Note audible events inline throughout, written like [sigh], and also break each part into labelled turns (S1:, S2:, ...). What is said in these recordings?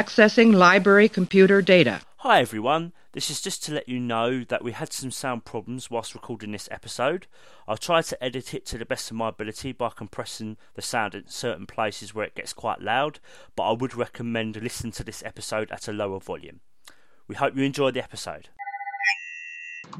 S1: Accessing library computer data.
S2: Hi everyone, this is just to let you know that we had some sound problems whilst recording this episode. I tried to edit it to the best of my ability by compressing the sound in certain places where it gets quite loud, but I would recommend listening to this episode at a lower volume. We hope you enjoy the episode.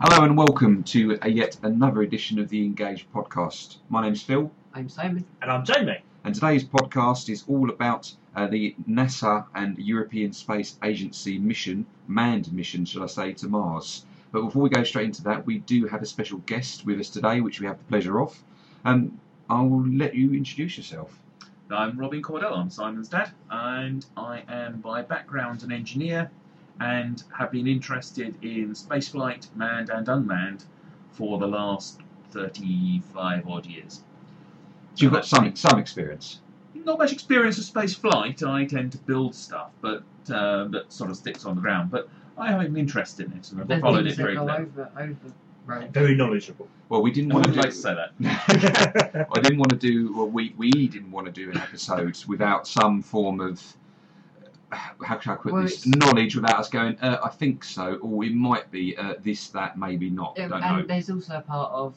S3: Hello and welcome to a yet another edition of the Engage podcast. My name's Phil,
S4: I'm Simon.
S5: And I'm Jamie. [laughs]
S3: and today's podcast is all about uh, the NASA and European Space Agency mission, manned mission, should I say, to Mars. But before we go straight into that, we do have a special guest with us today, which we have the pleasure of. Um, I'll let you introduce yourself.
S6: I'm Robin Cordell, I'm Simon's dad, and I am by background an engineer and have been interested in spaceflight, manned and unmanned, for the last 35 odd years.
S3: So you've got some some experience.
S6: Not much experience of space flight, I tend to build stuff but uh, that sort of sticks on the ground, but I have an interest in it and
S4: The
S6: I've followed it
S4: things that
S6: very
S4: go
S6: closely.
S4: over, over, Um, right.
S5: Very knowledgeable.
S3: Well, we didn't
S6: I
S3: want
S6: would
S3: to
S6: like to
S3: do.
S6: say that.
S5: That's
S3: I didn't want to do. Well, we we didn't want to do an episode without some form of uh, how can I put
S4: Well,
S3: this
S4: it's-
S3: knowledge without us going. Uh, I think so, or it might be uh, this, that, maybe not.
S4: Um,
S3: don't
S4: and
S3: know.
S4: there's also a part of,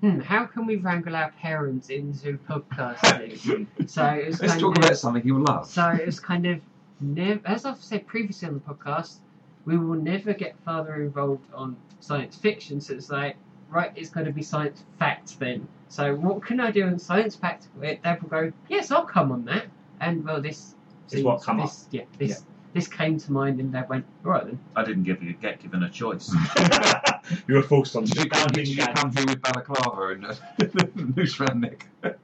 S4: hmm, how can we wrangle our parents into podcasting? so it's
S3: Let's
S4: kind
S3: talk
S4: of,
S3: about something you'll love.
S4: So it's kind of, nev- as I've said previously on the podcast, we will never get further involved on science fiction. So it's like, right, it's going to be science fact then. So what can I do in science fact? Where Dad will go, yes, I'll come on that. And well, this
S5: It's what
S4: seems-
S5: come up.
S4: this, Yeah, this this came to mind, and Dad went, all right then.
S6: I didn't give you, get given
S3: [laughs]
S6: a choice.
S5: you were forced on
S3: Did you come,
S5: Bounding
S3: did you
S5: gang.
S3: come here with balaclava and [laughs] uh, loose round neck? [laughs]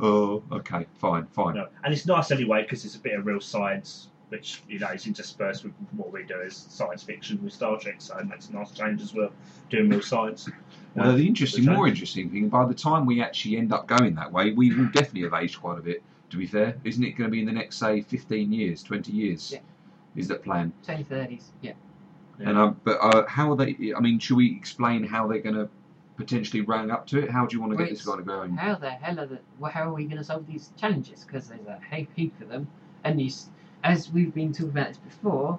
S3: oh, okay, fine, fine.
S5: No. And it's nice anyway because it's a bit of real science, which you know is interspersed with what we do as science fiction with Star Trek, so it makes a nice change as well, doing real science.
S3: Although the interesting,
S5: which I-
S3: more interesting thing, by the time we actually end up going that way, we will definitely have aged quite a bit. To be fair, isn't it going to be in the next say fifteen years, twenty years?
S4: Yeah.
S3: Is the plan?
S4: 2030s, yeah.
S5: Yeah.
S3: And um, but uh, how are they? I mean, should we explain how they're going to potentially round up to it? How do you want to get
S4: Well,
S3: this guy to go? And,
S4: How the hell are the, well, how are we going to solve these challenges? Because there's a hey heap of them, and you, s- as we've been talking about this before,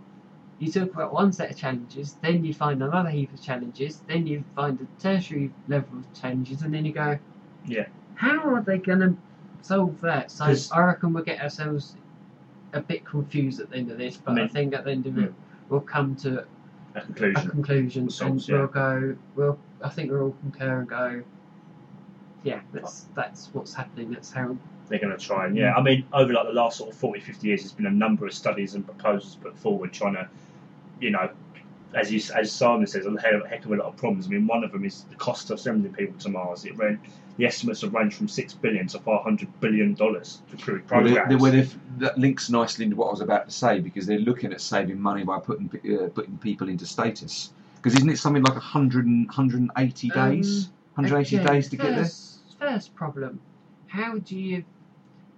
S4: you talk about one set of challenges, then you find another heap of challenges, then you find a tertiary level of challenges, and then you go,
S5: Yeah.
S4: how are they going to solve that? So
S5: 'Cause-
S4: I reckon we'll get ourselves a bit confused at the end of this, but I,
S5: mean-
S4: think at the end of
S5: Mm.
S4: it we'll come to
S5: A
S4: a
S5: conclusion.
S4: conclusion,
S5: Results,
S4: and
S5: yeah.
S4: we'll go. We'll. I think we'll all concur and go. Yeah, that's that's what's happening. That's how.
S5: They're going to try and yeah. I mean, over like the last sort of 40, 50 years, there's been a number of studies and proposals put forward trying to, you know, as you, as Simon says, a hell- heck of a lot of problems. I mean, one of them is the cost of sending people to Mars. It ran the estimates have ranged from six billion to five hundred billion dollars to create
S3: well,
S5: programs.
S3: they're- they're- well, they've- that links nicely into what I was about to say because they're looking at saving money by putting pe- uh, putting people into status. Because isn't it something like 100 and, 180
S4: Um,
S3: days? 180
S4: Again,
S3: days to get there?
S4: first, First problem: How do you,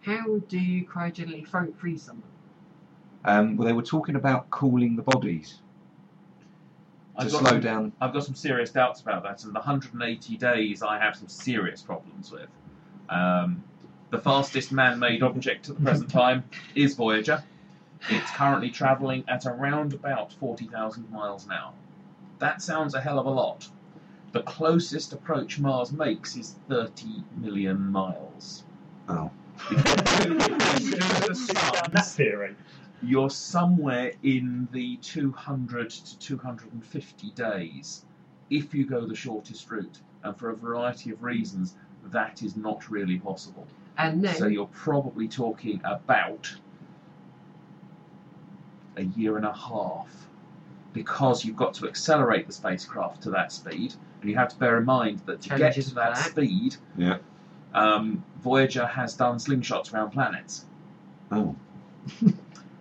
S4: how do you cryogenically fro- freeze someone?
S3: Um, well, they were talking about cooling the bodies to
S6: I've got
S3: slow
S6: some-
S3: down.
S6: I've got some serious doubts about that, and the 180 days I have some serious problems with. Um, the fastest man made object at the present time is Voyager. It's currently travelling at around about 40,000 miles an hour. That sounds a hell of a lot. The closest approach Mars makes is 30 million miles.
S3: Oh.
S5: [laughs] that theory.
S6: You're somewhere in the 200 to 250 days if you go the shortest route. And for a variety of reasons, that is not really possible.
S4: And then
S6: So you're probably talking about a year and a half because you've got to accelerate the spacecraft to that speed. And you have to bear in mind that to get
S4: Challenges
S6: to that
S4: back.
S6: speed,
S3: Yeah.
S6: um, Voyager has done slingshots around planets
S3: Oh.
S6: and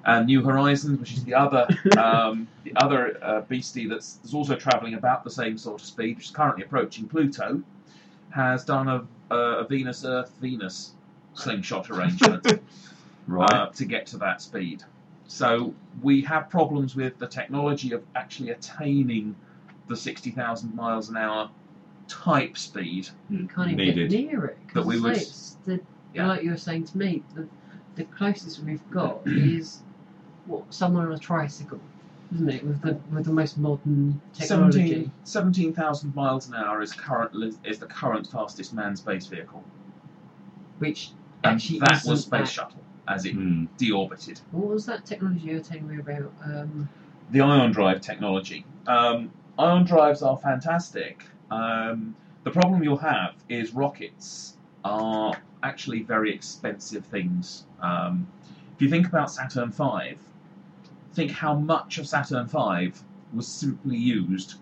S6: uh, New Horizons, which is the other um, the other uh, beastie that's, that's also travelling about the same sort of speed, which is currently approaching Pluto, has done a, a Venus Earth Venus slingshot arrangement
S3: Right.
S6: uh, to get to that speed. So we have problems with the technology of actually attaining the sixty thousand miles an hour type speed.
S4: you can't even
S3: needed.
S4: get near it. 'cause
S6: But we
S4: it's
S6: would-
S4: like it's the,
S6: Yeah.
S4: like you were saying to me, the, the closest we've got is what, someone on a tricycle, isn't it? With the with the most modern technology.
S6: 17 17,000 miles an hour is current is the current fastest manned space vehicle.
S4: Which
S6: And
S4: actually
S6: that
S4: isn't
S6: was Space
S4: that-
S6: Shuttle as it
S2: Hmm.
S6: deorbited.
S4: What was that technology you were telling me about? Um,
S6: the ion drive technology. Um, ion drives are fantastic. Um, the problem you'll have is rockets are actually very expensive things. Um, if you think about Saturn V, think how much of Saturn V was simply used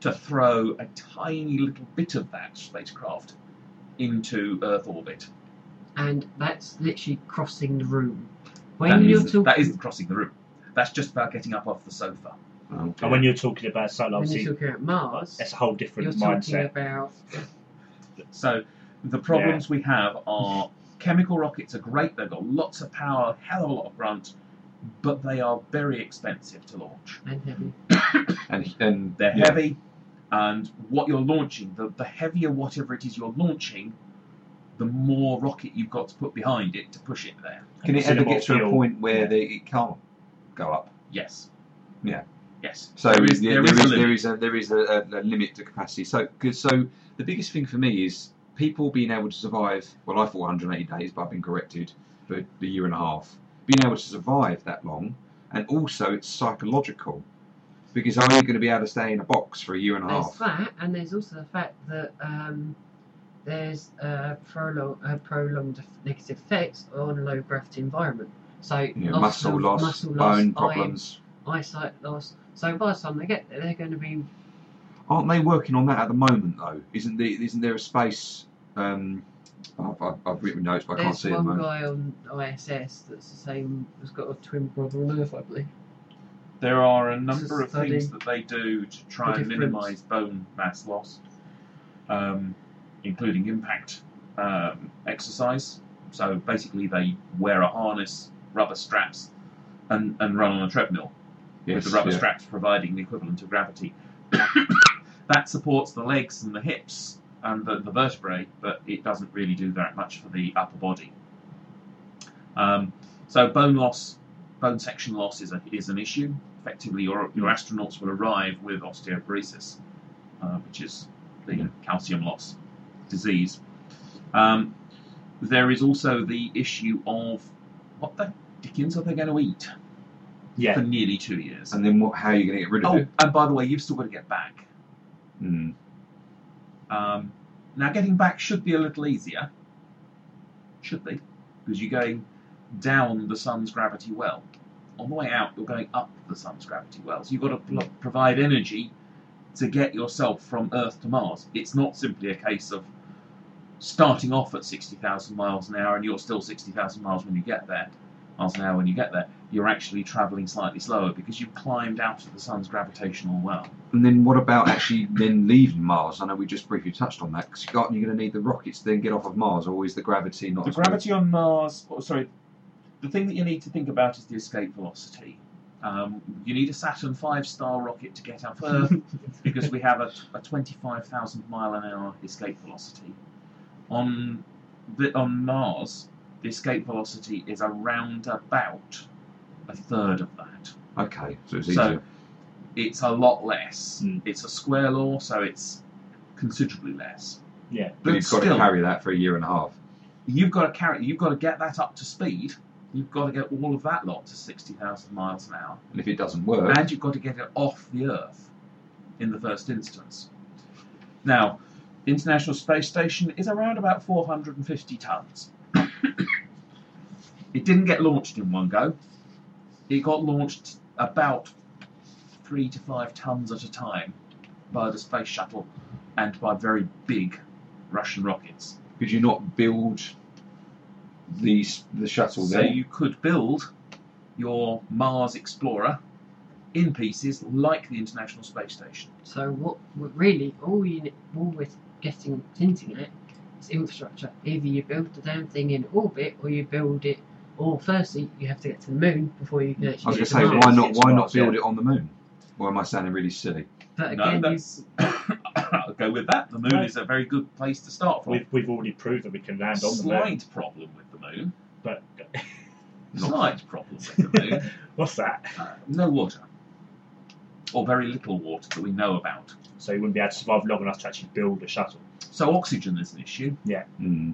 S6: to throw a tiny little bit of that spacecraft into Earth orbit.
S4: and that's literally crossing the room. When
S6: That
S4: you're
S6: isn't,
S4: talking,
S6: that isn't crossing the room. That's just about getting up off the sofa.
S3: Oh,
S2: And when you're talking about
S4: when
S2: satellites,
S4: you're
S2: obviously,
S4: talking about Mars,
S2: it's a whole
S4: you're
S2: different
S4: talking
S2: mindset.
S4: about
S6: So the problems we have are chemical rockets are great, they've got lots of power, hell of a lot of grunt, but they are very expensive to launch.
S4: and heavy.
S3: and and
S6: They're
S3: yeah.
S6: heavy and what you're launching, the, the heavier whatever it is you're launching, the more rocket you've got to put behind it to push it there.
S3: Can it ever get to a
S2: Fuel.
S3: point where
S6: Yeah.
S3: they, it can't go up?
S6: Yes.
S3: Yeah.
S6: Yes.
S3: So
S6: there is,
S3: yeah,
S6: there is a limit.
S3: there is a there is a, a, a limit to capacity. So 'cause- so the biggest thing for me is people being able to survive. Well, I thought 180 days, but I've been corrected for a year and a half. Being able to survive that long, and also it's psychological because I'm only going to be able to stay in a box for a year and a
S4: There's
S3: half.
S4: that, and there's also the fact that um, there's uh, prolong, uh, prolonged negative effects on low gravity environment. So
S3: You know,
S4: loss
S3: muscle
S4: of-
S3: loss,
S4: muscle loss, oh,
S3: bone
S4: eye-
S3: problems.
S4: eyesight loss. So by the time they get there, they're going to be
S3: Aren't they working on that at the moment though? Isn't the, isn't there a space? Um, I've, I've, I've written notes, but I can't
S4: There's
S3: see it at the
S4: one
S3: moment.
S4: guy on ISS that's the same. Has got a twin brother on Earth, I believe.
S6: There are a number of
S4: study
S6: things that they do to try
S4: the
S6: and
S4: difference.
S6: minimise bone mass loss, um, including impact um, exercise. So basically, they wear a harness, rubber straps, and, and run on a treadmill
S3: Yes,
S6: with the rubber
S3: yeah.
S6: straps providing the equivalent of gravity. [coughs] that supports the legs and the hips and the, the vertebrae, but it doesn't really do that much for the upper body. Um, so bone loss, bone section loss is, a, is an issue. Effectively, your, your astronauts will arrive with osteoporosis, uh, which is the
S3: Yeah.
S6: calcium loss disease. Um, there is also the issue of what the dickens are they going to eat
S2: Yeah,
S6: for nearly two years?
S3: And then what? How are you going to get rid of
S6: Oh,
S3: it?
S6: and by the way, you've still got to get back.
S3: Hmm.
S6: Um, now, getting back should be a little easier. Should be. Because you're going down the sun's gravity well. On the way out, you're going up the sun's gravity well. So you've got to pl- provide energy to get yourself from Earth to Mars. It's not simply a case of starting off at 60,000 miles an hour and you're still 60,000 miles when you get there. Miles an hour when you get there, you're actually travelling slightly slower because you've climbed out of the sun's gravitational well.
S3: And then what about actually then leaving Mars? I know we just briefly touched on that because you're going to need the rockets to then get off of Mars, or is the gravity not?
S6: The
S3: as good?
S6: gravity on Mars, oh, sorry, the thing that you need to think about is the escape velocity. Um, you need a Saturn V star rocket to get off Earth
S3: [laughs]
S6: because we have a, a 25,000 mile an hour escape velocity. On, the, on Mars, the escape velocity is around about a third of that.
S3: Okay, so it's
S6: So-
S3: easier.
S6: It's a lot less.
S3: Hmm.
S2: Mm.
S6: It's a square law, so it's considerably less.
S2: yeah.
S3: But you've got to
S6: still-
S3: carry that for a year and a half.
S6: you've got to carry you've got to get that up to speed you've got to get all of that lot to 60,000 miles an hour
S3: And if it doesn't work,
S6: and you've got to get it off the earth in the first instance now international space station is around about 450 tons it didn't get launched in one go it got launched about 3 to 5 tons at a time by the space shuttle and by very big russian rockets
S3: could you not build the s- the shuttle
S6: so
S3: there?
S6: you could build your Mars Explorer in pieces like the International Space Station.
S4: So what? what Really, all you ne- all we're getting hinting at is infrastructure. Either you build the damn thing in orbit, or you build it. Or firstly, you have to get to the moon before you can
S3: I
S4: actually
S3: was going to
S4: get
S3: say, why
S4: to Mars.
S3: not?
S5: It's
S3: Why not
S5: Mars, yeah.
S3: build it on the moon? Or am I sounding really silly?
S4: But
S6: No,
S4: again, you,
S6: that's- [coughs] I'll go with that. The moon
S2: No.
S6: is a very good place to start from.
S2: We've, we've already proved that we can land on the moon,
S6: Slight problem with the moon.
S2: but [laughs]
S6: Slight problem with the moon.
S5: What's that?
S6: Uh, no water. Or very little water that we know about.
S5: So you wouldn't be able to survive long enough to actually build a shuttle.
S6: So oxygen is an issue.
S3: Mm.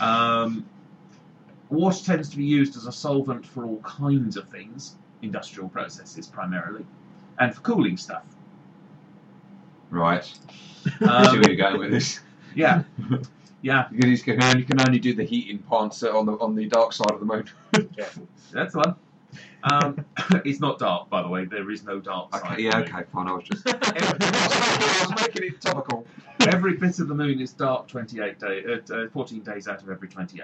S6: Um, water tends to be used as a solvent for all kinds of things, industrial processes primarily, and for cooling stuff.
S3: Right. I see [laughs]
S6: Um,
S3: where you're going with this.
S6: yeah, yeah,
S3: You can, you can only, you can only do the heating parts on the on the dark side of the moon.
S6: that's the one. Um, [coughs] it's not dark, by the way. There is no dark side.
S3: Okay, yeah, okay, fine. I was just [laughs] I was making it topical.
S6: [laughs] Every bit of the moon is dark 28 day, uh, uh, 14 days out of every 28,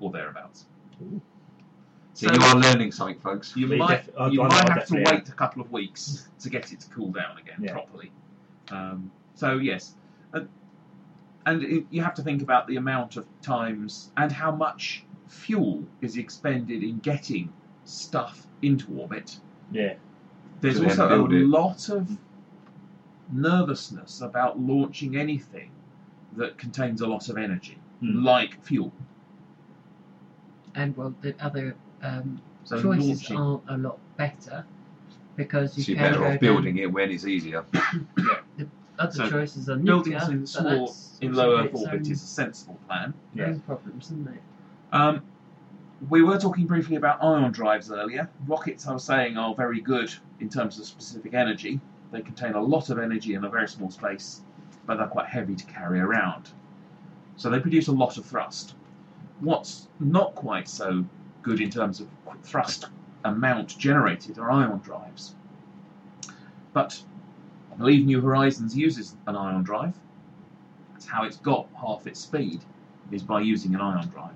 S6: or thereabouts.
S3: So you are learning something, folks.
S6: You
S5: Me
S6: might,
S5: def- I'd-
S6: you
S5: I'd-
S6: might
S5: I'd
S6: have to
S5: definitely-
S6: wait a couple of weeks to get it to cool down again
S5: Yeah.
S6: properly. Um, so yes, and, and it, you have to think about the amount of times and how much fuel is expended in getting stuff into orbit.
S5: Yeah.
S6: There's
S3: To then
S6: also a
S3: build it.
S6: lot of nervousness about launching anything that contains a lot of energy,
S5: Hmm.
S6: like fuel.
S4: And well, the other um,
S6: So
S4: choices
S6: launching.
S4: aren't a lot better because you
S3: So you're
S4: can
S3: better
S4: go
S3: off
S4: down-
S3: building it when it's easier.
S4: Other
S6: So
S4: choices are
S6: building
S4: nuclear,
S6: something
S4: but
S6: small
S4: that's
S6: in
S4: also
S6: low
S4: got
S6: Earth
S4: its
S6: orbit
S4: own-
S6: is a sensible plan.
S5: Yeah.
S4: own problems, isn't it?
S6: Um, we were talking briefly about ion drives earlier. Rockets, I was saying, are very good in terms of specific energy. They contain a lot of energy in a very small space, but they're quite heavy to carry around. So they produce a lot of thrust. What's not quite so good in terms of thrust amount generated are ion drives. But I believe New Horizons uses an ion drive. That's how it's got half its speed, is by using an ion drive.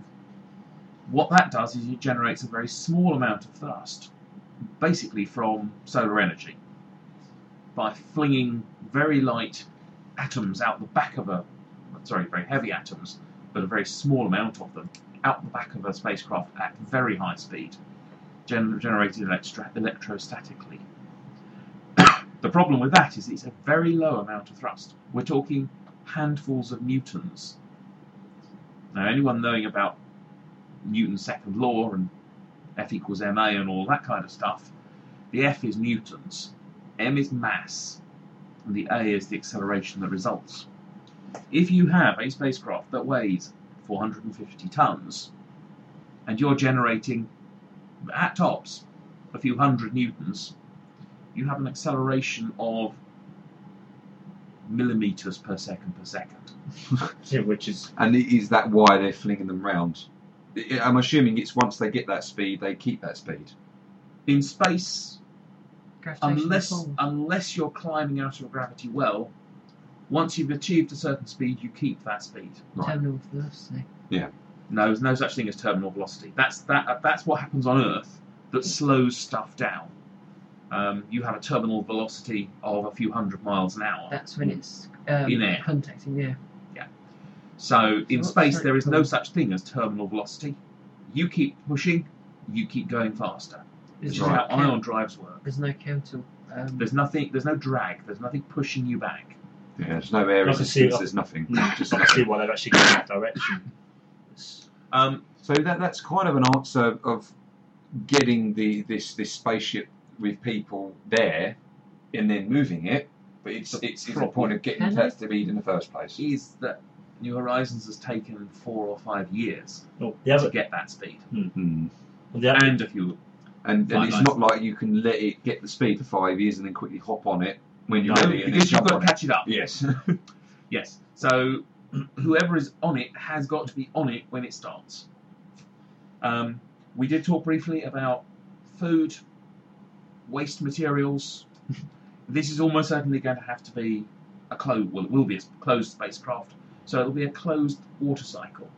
S6: What that does is it generates a very small amount of thrust, basically from solar energy, by flinging very light atoms out the back of a, sorry, very heavy atoms, but a very small amount of them, out the back of a spacecraft at very high speed, gen- generated electra- electrostatically. [coughs] the problem with that is it's a very low amount of thrust. We're talking handfuls of newtons. Now, anyone knowing about Newton's second law and F equals ma and all that kind of stuff. The F is newtons, m is mass, and the a is the acceleration that results. If you have a spacecraft that weighs 450 tons and you're generating at tops a few hundred newtons, you have an acceleration of millimeters per second per second.
S5: Yeah, which is
S3: And i- is that why they're flinging them round? I- I'm assuming it's once they get that speed, they keep that speed.
S6: In space,
S4: Gravitational
S6: unless
S4: pull.
S6: unless you're climbing out of a gravity well, once you've achieved a certain speed, you keep that speed.
S3: Right.
S4: terminal velocity.
S6: No, there's no such thing as terminal velocity. That's that. uh, That's what happens on Earth that slows stuff down. Um, you have a terminal velocity of a few hundred miles an hour.
S4: That's when it's um,
S6: Mm. In air.
S4: contacting yeah.
S6: So in
S4: what's
S6: space,
S4: that
S6: there is no
S4: called?
S6: such thing as terminal velocity. You keep pushing, you keep going faster.
S4: There's
S6: This
S4: no
S6: is how
S3: Right.
S6: ion
S4: count-
S6: drives work.
S4: There's no counter. Um,
S6: There's nothing. There's no drag. There's nothing pushing you back.
S3: Yeah, there's no air
S5: I can see
S3: resistance,
S5: that.
S3: there's nothing.
S5: I
S3: Just
S5: can see
S3: nothing.
S5: why they've actually gone that direction. It's-
S6: Um,
S3: So that that's kind of an answer of getting the this this spaceship with people there and then moving it. But it's it's, it's the point of getting
S4: Can
S3: to that speed in the first place.
S6: is that New Horizons has taken four or five years
S5: oh, the
S6: to
S5: other,
S6: get that speed,
S3: Hmm.
S5: the other
S6: and a few.
S3: And, and
S6: Right,
S3: it's
S6: nice.
S3: not like you can let it get the speed for five years and then quickly hop on it when you're
S5: No,
S3: ready and then
S6: because you've
S3: jump
S6: got
S3: on
S6: to
S3: it.
S6: catch it up. [laughs]
S3: Yes.
S6: Yes. So [clears throat] whoever is on it has got to be on it when it starts. Um, we did talk briefly about food, waste materials. this is almost certainly going to have to be a closed. Well, it will be a closed spacecraft, so it will be a closed water cycle.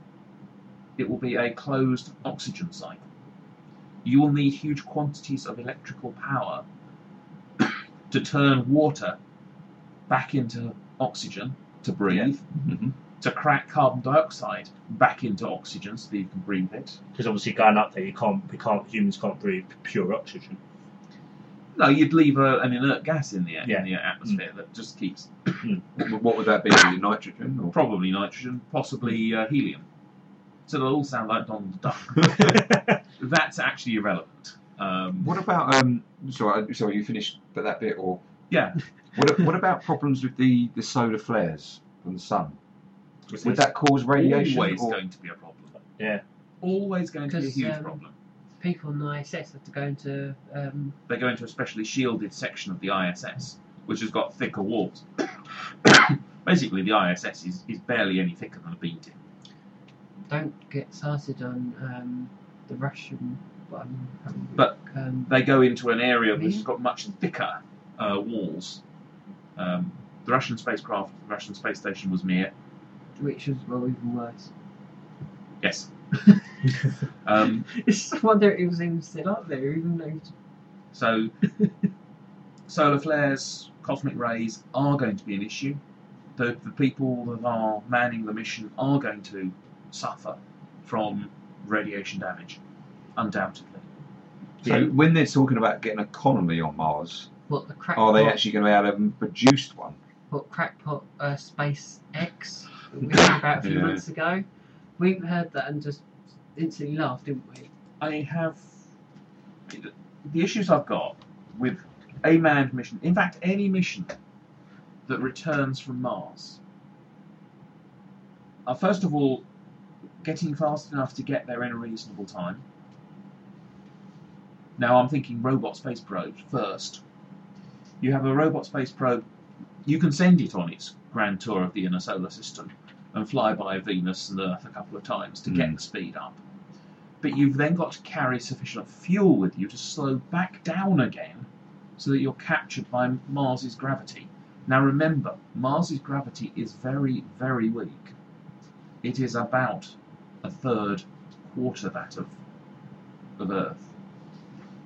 S6: It will be a closed oxygen cycle. You will need huge quantities of electrical power [clears throat] to turn water back into oxygen to breathe,
S3: Mhm.
S6: to crack carbon dioxide back into oxygen so that you can breathe it.
S5: because obviously going up there, you can't, we can't, humans can't breathe pure oxygen.
S6: No, you'd leave a, an inert gas in the,
S5: Yeah.
S6: in the atmosphere
S3: Mm.
S6: that just keeps
S3: What- What would that be? Really? Nitrogen or
S6: probably nitrogen, possibly uh,
S3: [laughs]
S6: helium. So they'll all sound like Donald Duck. That's actually irrelevant. Um,
S3: What about um? Sorry, I- sorry, you finished that, that bit, or
S6: Yeah.
S3: What, what about problems with the, the solar flares from the sun?
S5: Was
S3: Would that cause radiation?
S6: always
S3: or-
S6: going to be a problem.
S5: Yeah.
S6: Always going to be a
S4: 'Cause,
S6: huge
S4: um,
S6: problem.
S4: People on the ISS have to go into um,
S6: They go into a specially shielded section of the ISS, which has got thicker walls. [coughs] Basically, the ISS is, is barely any thicker than a bean tin.
S4: don't get started on um, the Russian one. um,
S6: But-
S4: um,
S6: They go into an area
S4: Me?
S6: which has got much thicker uh, walls. Um, the Russian spacecraft, the Russian space station was Mir.
S4: which was well even worse. [laughs]
S6: Yes. um,
S4: It's no wonder it was even still up there, even though it's
S6: So, solar flares, cosmic rays are going to be an issue. The, the people that are manning the mission are going to suffer from radiation damage, undoubtedly.
S3: So
S5: Yeah.
S3: when they're talking about getting a colony on Mars,
S4: what the crackpot,
S3: are Oh, they actually going to be able to produce one?
S4: what crackpot uh, Space X that we heard about a few
S3: Yeah.
S4: months ago? We heard that and just instantly laughed, didn't we?
S6: I have the issues I've got with a manned mission. In fact, any mission that returns from Mars are first of all getting fast enough to get there in a reasonable time. Now I'm thinking robot space probe first. You have a robot space probe. You can send it on its grand tour of the inner solar system and fly by Venus and Earth a couple of times to get
S3: Mm.
S6: the speed up but you've then got to carry sufficient fuel with you to slow back down again so that you're captured by Mars's gravity. Now remember, Mars's gravity is very, very weak. It is about a third, quarter that of, of Earth.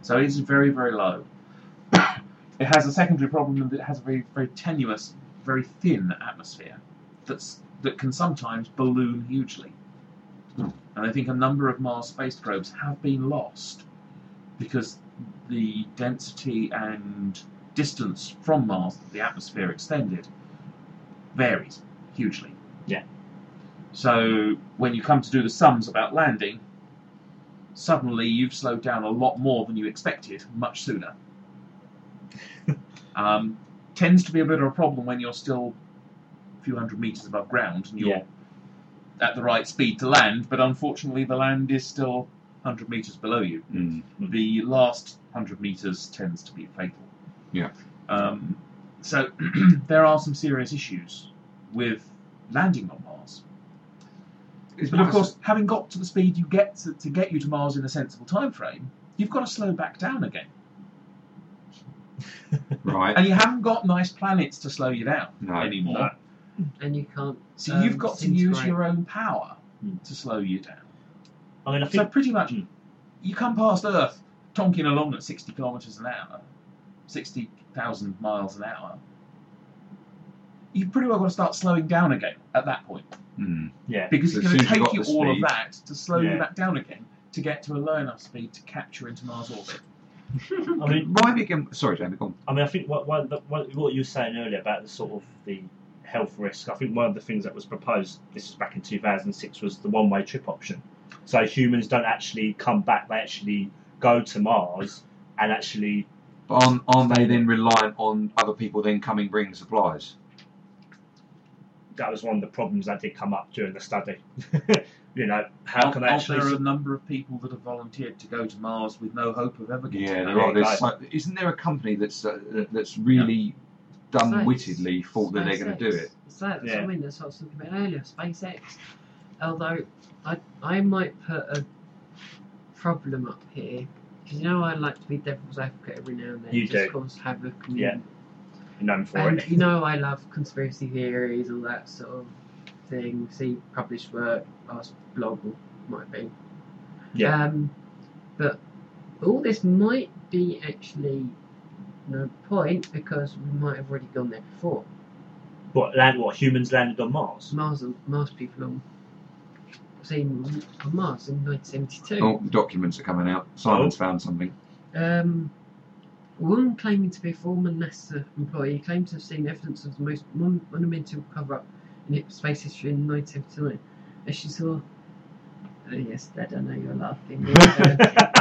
S6: So it's very, very low. [coughs] it has a secondary problem in that it has a very, very tenuous, very thin atmosphere that's, that can sometimes balloon hugely and I think a number of Mars space probes have been lost because the density and distance from Mars that the atmosphere extended varies hugely.
S5: Yeah.
S6: So when you come to do the sums about landing, suddenly you've slowed down a lot more than you expected much sooner. um, tends to be a bit of a problem when you're still a few hundred meters above ground and you're
S5: Yeah.
S6: at the right speed to land, but unfortunately the land is still 100 meters below you.
S5: Mm.
S6: The last 100 meters tends to be fatal.
S3: Yeah.
S6: Um, so [clears throat] there are some serious issues with landing on Mars.
S3: It's
S6: But of
S3: nice-
S6: course, having got to the speed you get to, to get you to Mars in a sensible time frame, you've got to slow back down again.
S3: right?
S6: And you haven't got nice planets to slow you down
S3: No.
S6: anymore.
S5: No.
S4: And you can't.
S6: So
S4: um,
S6: you've got to use
S4: disintegrate.
S6: your own power
S5: Hmm.
S6: to slow you down.
S5: I mean, I
S6: So
S5: think
S6: pretty much,
S5: Mm.
S6: you come past Earth tonking along at 60 kilometres an hour, 60,000 miles an hour. You've pretty well got to start slowing down again at that point
S3: Mm.
S5: yeah,
S6: because
S3: So
S6: it's
S3: as
S6: going to
S3: soon as you
S6: take
S3: got
S6: you
S3: the
S6: all of
S3: speed-
S6: that to slow
S5: Yeah.
S6: you back down again to get to a low enough speed to capture into Mars orbit.
S3: Mm.
S5: I mean,
S3: Remind me again. Sorry, Jamie. Go on.
S5: I mean, I think what, what, what what you were saying earlier about the sort of the health risk. I think one of the things that was proposed, this was back in 2006, was the one-way trip option. So humans don't actually come back; they actually go to Mars and actually
S3: But aren't, aren't they then reliant on other people then coming bringing supplies?
S5: that was one of the problems that did come up during the study. [laughs] you know, how
S6: Aren't-
S5: can they
S6: aren't
S5: actually?
S6: there a number of people that have volunteered to go to Mars with no hope of ever getting
S3: Yeah,
S6: there?
S3: there are. There's,
S5: guys.
S3: so- isn't there a company that's uh, that's really dumbwittedly thought that they're going to do it?
S4: So that's
S5: Yeah.
S4: I mean, that's what I was talking about earlier, SpaceX. Although I, I might put a problem up here because you know I like to be devil's advocate every now and then.
S5: You
S4: just
S5: do.
S4: cause havoc. And,
S5: Yeah, known for
S4: And
S5: it.
S4: you know I love conspiracy theories, all that sort of thing. See published work, last blog or might be.
S5: Yeah.
S4: Um, but all this might be actually no point because we might have already gone there before.
S5: What land? What humans landed on
S4: [laughs]
S5: Mars?
S4: Mars, Mars people on, seen on Mars in 1972.
S3: Oh, documents are coming out.
S5: Oh.
S3: Simon's found something.
S4: Um, a woman claiming to be a former NASA employee claimed to have seen evidence of the most mon- monumental cover-up in its space history
S5: [laughs]
S4: in 1979. As she saw, oh yes, Dad, I know you're laughing. Uh,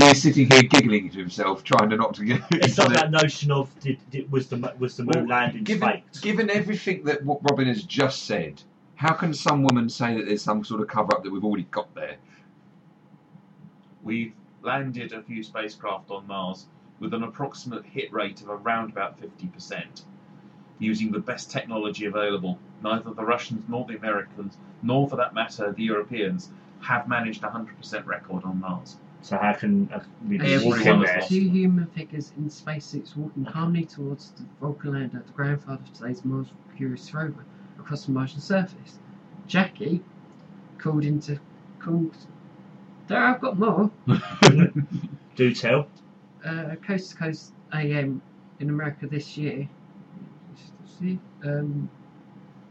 S3: He is sitting here giggling to himself, trying to not to get.
S5: It's
S3: [laughs]
S5: not that notion of did, did was the mo- was the moon
S3: Well,
S5: landing
S3: given,
S5: faked.
S3: given everything that what Robin has just said, how can some woman say that there's some sort of cover up that we've already got there?
S6: We've landed a few spacecraft on Mars with an approximate hit rate of around about 50%, using the best technology available. Neither the Russians nor the Americans, nor for that matter the Europeans, have managed a 100% record on Mars.
S5: So how can uh, we
S6: Yeah,
S4: And
S5: walk
S6: we
S5: in
S6: can-
S5: there?
S4: Two human figures in spacesuits walking calmly towards the Vulcan lander, the grandfather of today's Mars Curious rover, across the Martian surface. Jackie called into called. There, I've got more.
S5: Do tell.
S4: Uh, Coast to Coast AM in America this year. See, um,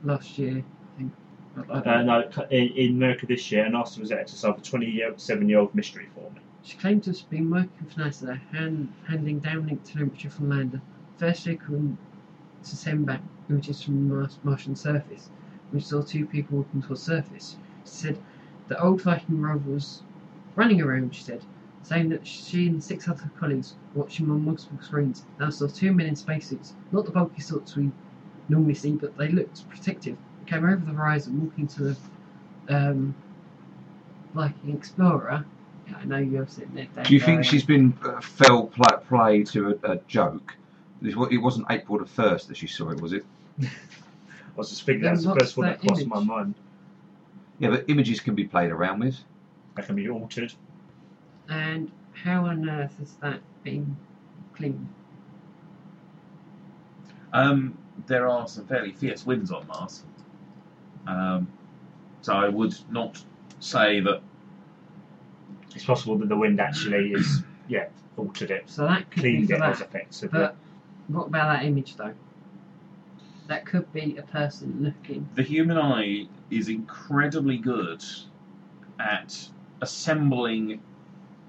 S4: last year, I think. I- I don't
S5: Uh,
S4: know.
S5: no, in, in America this year, an artist was able to solve a 27 year old mystery for me.
S4: She claimed to have been working for NASA, hand, handing downlink telemetry from lander, first vehicle to send back images from the Mars, Martian surface. We saw two people walking towards surface. She said the old Viking rover was running around, she said, saying that she and six other colleagues were watching on multiple screens. Now saw two men in spacesuits, not the bulky sorts we normally see, but they looked protective. Came over the horizon, walking to the um, Viking Explorer. Yeah, I know you're sitting there. Dan,
S3: Do you think
S4: going,
S3: she's been uh, fell pla play to a, a joke? It wa- it wasn't April the first that she saw it, was it?
S5: I was just thinking
S4: Then
S5: that's the
S4: what's
S5: first one that
S4: that
S5: crossed
S4: image?
S5: my mind.
S3: Yeah, but images can be played around with.
S5: That can be altered.
S4: And how on earth is that being cleaned?
S6: Um, there are some fairly fierce winds on Mars. Um, so I would not say that
S5: It's possible that the wind actually is, yeah, altered it,
S4: So that could
S5: cleaned
S4: be
S5: it
S4: for
S5: as
S4: that.
S5: effects of it.
S4: But what about that image though? That could be a person looking.
S6: the human eye is incredibly good at assembling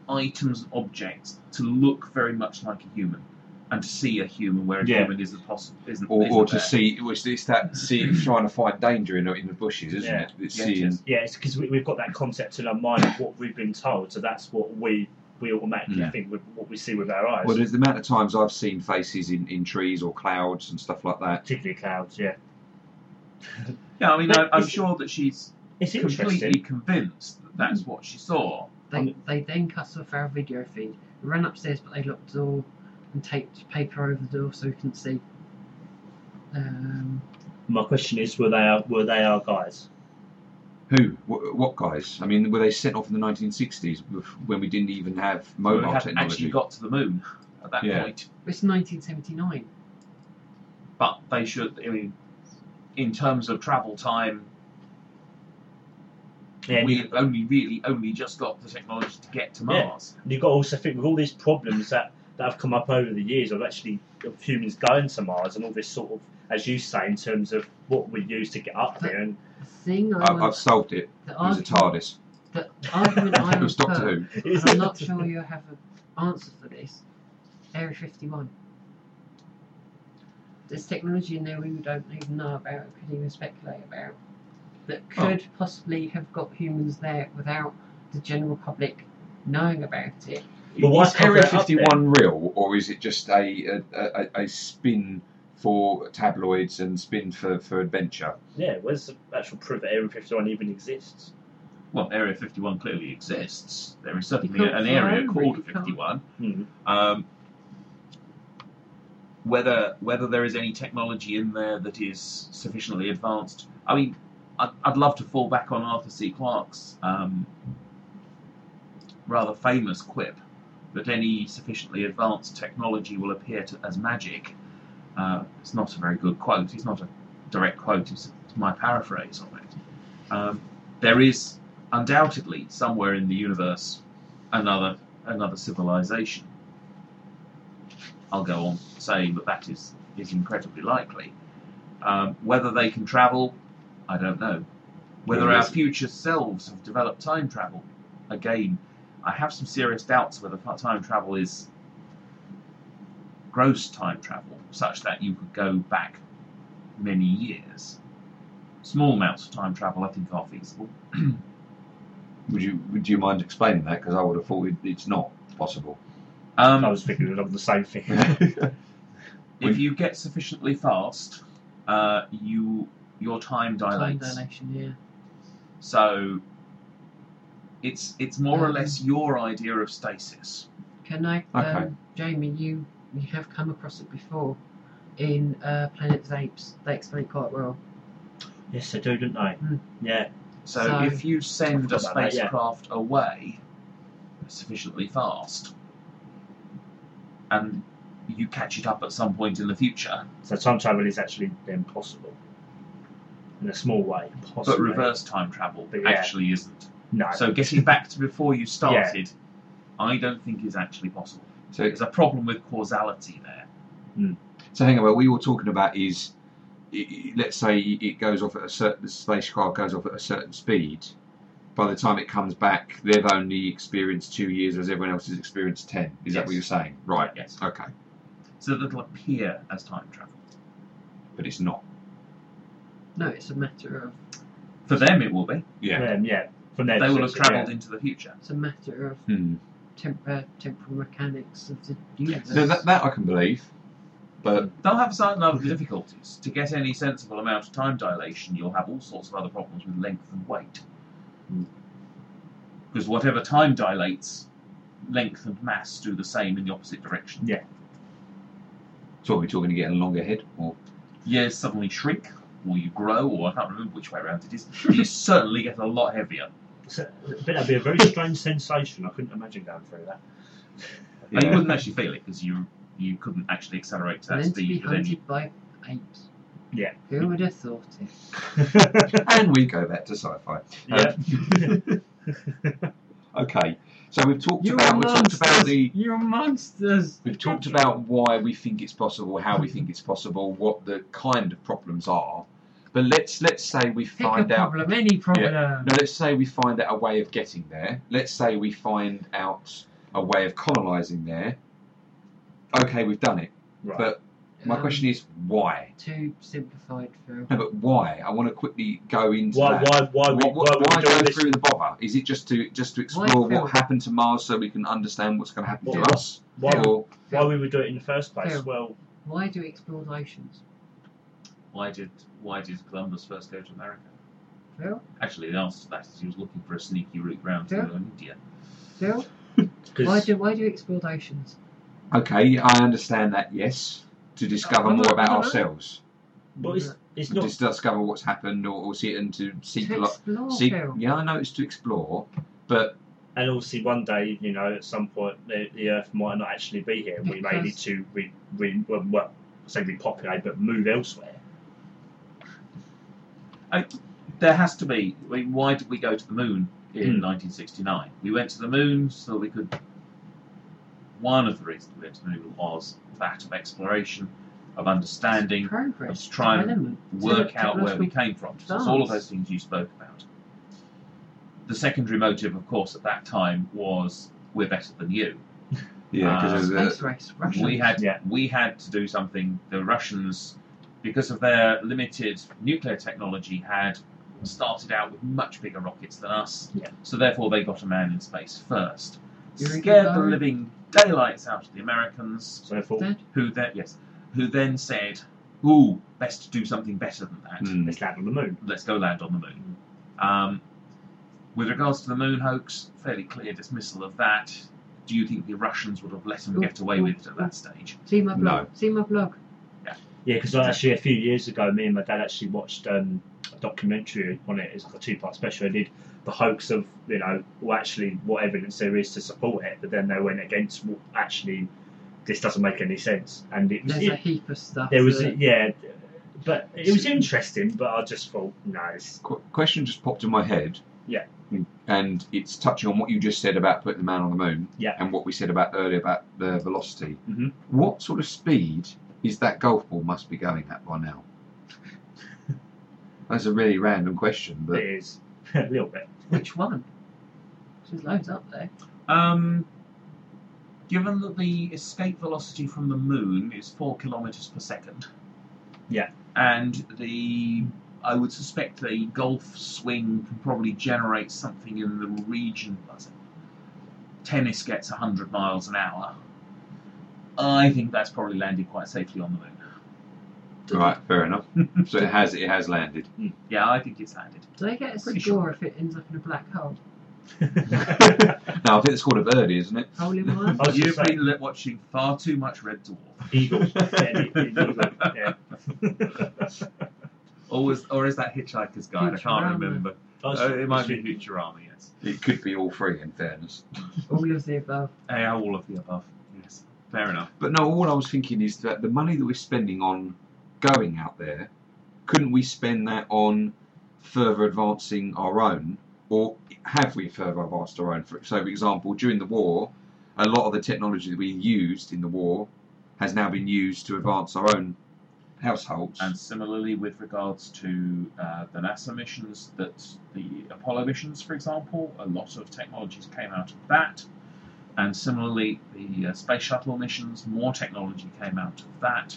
S6: items and objects to look very much like a human and to see a human where a
S5: Yeah.
S6: human isn't possible isn't,
S3: Or,
S6: isn't
S3: or to
S6: there.
S3: see, it was it's that
S6: [clears throat]
S3: see, trying to find danger in, the- in the bushes, isn't
S5: Yeah.
S3: it? It's
S6: Yeah, it
S3: seeing,
S6: is.
S5: Yeah, it's because we, we've got that concept in our mind of what we've been told, so that's what we we automatically
S3: Yeah.
S5: think with what we see with our eyes,
S3: Well, there's the amount of times I've seen faces in, in trees or clouds and stuff like that.
S5: particularly clouds. Yeah,
S6: yeah i mean
S5: But
S6: I, i'm
S5: is-
S6: sure that she's
S5: it's interesting.
S6: completely convinced that that's what she saw
S4: They
S3: Um,
S4: they then cut off our video feed. We ran upstairs but they locked the door and taped paper over the door so we couldn't see. Um,
S5: My question is, were they our, were they our guys?
S3: Who? What, what guys? I mean, were they sent off in the 1960s when we didn't even have
S6: we
S3: mobile
S6: hadn't actually
S3: technology?
S6: got to the moon at that
S3: Yeah.
S6: point
S4: it's 1979.
S6: but they should i mean in terms of travel time
S5: Yeah,
S6: we only really only just got the technology to get to
S5: Yeah.
S6: mars
S5: And you've got to also think with all these problems that, that have come up over the years of actually of humans going to Mars and all this sort of, as you say, in terms of what we use to get up there. And
S4: The thing I,
S3: I've, I've
S4: was,
S3: solved it.
S4: the
S3: It was a
S4: argument,
S3: TARDIS.
S4: the argument
S3: [laughs]
S4: I
S3: It was
S4: was
S3: Doctor Who.
S4: and I'm not sure you have an answer for this. Area 51. There's technology in there we don't even know about, couldn't even speculate about, that could possibly have got humans there without the general public knowing about it.
S5: [laughs] But why
S3: is
S5: cover
S3: Area
S5: it up
S3: 51 real, or is it just a a, a, a spin for tabloids and spin for, for adventure?
S5: yeah, where's the actual proof that Area 51 even exists?
S6: Well, Area 51 clearly exists. There is
S4: You
S6: certainly
S4: can't
S6: an area
S4: find
S6: called
S4: where you
S6: 51.
S5: Hmm.
S6: Um, whether whether there is any technology in there that is sufficiently advanced, I mean, I'd, I'd love to fall back on Arthur C. Clarke's um, rather famous quip that any sufficiently advanced technology will appear to, as magic. Uh, it's not a very good quote. It's not a direct quote. It's, it's my paraphrase of it. Um, there is undoubtedly somewhere in the universe another another civilization. I'll go on saying that that is is incredibly likely. Um, whether they can travel, I don't know. Whether our
S3: Yes.
S6: future selves have developed time travel, again, I have some serious doubts whether fa- time travel is gross time travel, such that you could go back many years. Small amounts of time travel, I think, are feasible.
S3: Would you would you mind explaining that? Because I would have thought it, it's not. possible. [laughs]
S6: Um,
S5: I was thinking of the same thing.
S6: If you get sufficiently fast, uh, you your time
S4: Time
S6: dilates.
S4: dilation, yeah.
S6: So it's it's more or
S4: Um,
S6: less your idea of stasis.
S4: Can I,
S3: Okay.
S4: um, Jamie? You you have come across it before in uh, Planet of the Apes. They explain it quite well.
S5: Yes, they do, don't they?
S4: Hmm.
S5: Yeah.
S6: So,
S4: So-
S6: if you send a
S5: Forgot about that, yeah.
S6: spacecraft away sufficiently fast, and you catch it up at some point in the future,
S5: So time travel is actually then possible in a small way. Possible.
S6: but reverse time travel
S5: But yeah.
S6: actually isn't.
S5: No.
S6: So
S5: [laughs]
S6: getting back to before you started, I don't think is actually possible.
S3: So,
S6: There's a problem with causality there.
S3: so hang on. What we were talking about is, i- i- let's say it goes off at a certain the spacecraft goes off at a certain speed. By the time it comes back, they've only experienced two years, as everyone else has experienced ten. Is that what
S6: Yes.
S3: you're saying? Right.
S6: Yes.
S3: Okay.
S6: So that it'll appear as time travel.
S3: But it's not.
S4: No, it's a matter of
S6: For them, it will be.
S3: Yeah.
S5: Um, yeah. From there,
S6: They will have travelled into the future.
S4: it's a matter of
S3: Hmm.
S4: temp- uh, temporal mechanics of the universe.
S3: No, that, that I can believe. But
S6: They'll have certain other difficulties. To get any sensible amount of time dilation, you'll have all sorts of other problems with length and weight.
S5: Hmm.
S6: Because whatever time dilates, length and mass do the same in the opposite direction.
S5: Yeah.
S3: so are we talking to get a longer head or
S6: You suddenly shrink, or you grow, or I can't remember which way around it is. but you certainly get a lot heavier.
S5: So, but that'd be a very strange sensation. I couldn't imagine going through that. [laughs]
S6: And you
S3: Yeah.
S6: wouldn't actually feel it because you you couldn't actually accelerate to that
S4: meant to be
S6: speed. But then you,
S4: hunted by apes.
S5: Yeah.
S4: Who would have thought it?
S3: and we go back to sci-fi.
S5: yeah.
S3: Okay, so we've talked about we've talked about the
S4: You're monsters.
S3: we've talked about why we think it's possible, how we think it's possible, what the kind of problems are. But let's let's say we
S4: Pick
S3: find
S4: a
S3: out.
S4: problem, any problem.
S3: No, let's say we find out a way of getting there. Let's say we find out a way of colonising there. Okay, we've done it.
S5: Right.
S3: But my
S4: Um,
S3: question is why?
S4: too simplified for.
S3: No, but why? I want to quickly go into
S5: why,
S3: that.
S5: why, why,
S3: What-
S5: we-
S3: what-
S5: why,
S3: why
S5: we doing
S3: go
S5: this?
S3: through the bother? Is it just to just to explore
S4: Phil?
S3: what happened to Mars so we can understand what's going to happen
S5: What-
S3: to us?
S5: Why,
S4: Phil?
S3: Or
S5: why we would do it in the first place?
S4: Phil.
S5: Well,
S4: Why do we explore the oceans?
S6: why did why did Columbus first go to America?
S4: Phil?
S6: Actually, the answer to that is he was looking for a sneaky route round to
S4: Yeah.
S6: India.
S4: Phil? Why
S5: because
S4: do why do we explore the oceans?
S3: okay, I understand that. Yes, to discover
S4: I'm
S3: more
S4: not-
S3: about
S4: I'm not-
S3: ourselves,
S5: well, it's, it's
S3: to
S5: not.
S3: dis- discover what's happened, or, or see it and to seek.
S4: To
S3: lo-
S4: explore,
S3: seek
S4: Phil.
S3: yeah, I know it's to explore, but
S5: And obviously, one day, you know, at some point, the, the Earth might not actually be here. We may
S4: Because-
S5: need to re, re, well, well, say repopulate, but move elsewhere.
S6: There has to be. I mean, why did we go to the moon in
S5: Hmm.
S6: 1969? We went to the moon so that we could. One of the reasons we went to the moon was that of exploration, of understanding,
S4: progress,
S6: of trying to
S4: development,
S6: work out where we
S4: technological-
S6: came from. So it's all of
S4: advance.
S6: those things you spoke about. The secondary motive, of course, at that time was we're better than you.
S3: yeah,
S6: 'cause
S3: because
S4: Space race, Russians.
S6: we had
S5: Yeah.
S6: we had to do something. The Russians, because of their limited nuclear technology, had started out with much bigger rockets than us.
S5: Yeah.
S6: So therefore, they got a man in space first.
S4: You're in
S6: Scared the
S4: Dubai.
S6: living daylights out of the Americans,
S5: So, therefore,
S4: Dad,
S6: who then yes, who then said, "Ooh, best to do something better than that.
S5: "Hmm, let's land on the moon.
S6: Let's go land on the moon." Um, with regards to the moon hoax, fairly clear dismissal of that. Do you think the Russians would have let them
S4: Ooh,
S6: get away
S4: ooh,
S6: with it at that stage?
S4: See my blog.
S3: No.
S4: See my blog.
S5: Yeah, because actually a few years ago, me and my dad actually watched um, a documentary on it. It's like a two-part special. They did the hoax of you know, well, actually what evidence there is to support it, but then they went against what actually this doesn't make any sense. And it was
S4: There's a
S5: it,
S4: heap of stuff.
S5: there was
S4: that-
S5: yeah, but it was interesting. But I just thought no, it's,
S3: Qu- question just popped in my head.
S5: Yeah.
S3: And it's touching on what you just said about putting the man on the moon.
S5: Yeah.
S3: And what we said about earlier about the velocity.
S5: Mhm.
S3: What sort of speed is that golf ball must be going at by now? [laughs] That's a really random question, but
S5: it is [laughs] a little bit.
S6: [laughs]
S4: Which one? There's loads up there.
S6: Um, given that the escape velocity from the moon is four kilometers per second,
S5: Yeah.
S6: and the I would suspect the golf swing can probably generate something in the region. that's it, tennis gets 100 miles an hour, I think that's probably landed quite safely on the moon.
S3: Right, fair enough. so it has it has landed.
S6: Yeah, I think it's landed.
S4: Do they get a
S6: Pretty
S4: score
S6: sure.
S4: if it ends up in a black hole?
S3: Now I think it's called a birdie, isn't it?
S4: Hole in
S3: [laughs]
S4: one?
S5: I was
S6: You've
S5: just saying,
S6: been li- watching far too much Red Dwarf.
S5: Eagle. Yeah, e- e- eagle.
S6: [laughs]
S5: Yeah.
S6: Or, was, or is that Hitchhiker's Guide? I
S4: Futurama.
S6: can't remember. Uh, it might be Futurama, yes.
S3: It could be all three, in fairness.
S4: All of the above.
S6: Hey, all of the above. Yes. Fair enough.
S3: But no, all I was thinking is that the money that we're spending on going out there, couldn't we spend that on further advancing our own? Or have we further advanced our own? For, so, for example, during the war, a lot of the technology that we used in the war has now been used to advance our own households.
S6: And similarly, with regards to uh, the NASA missions, that the Apollo missions, for example, a lot of technologies came out of that. And similarly, the uh, space shuttle missions, more technology came out of that.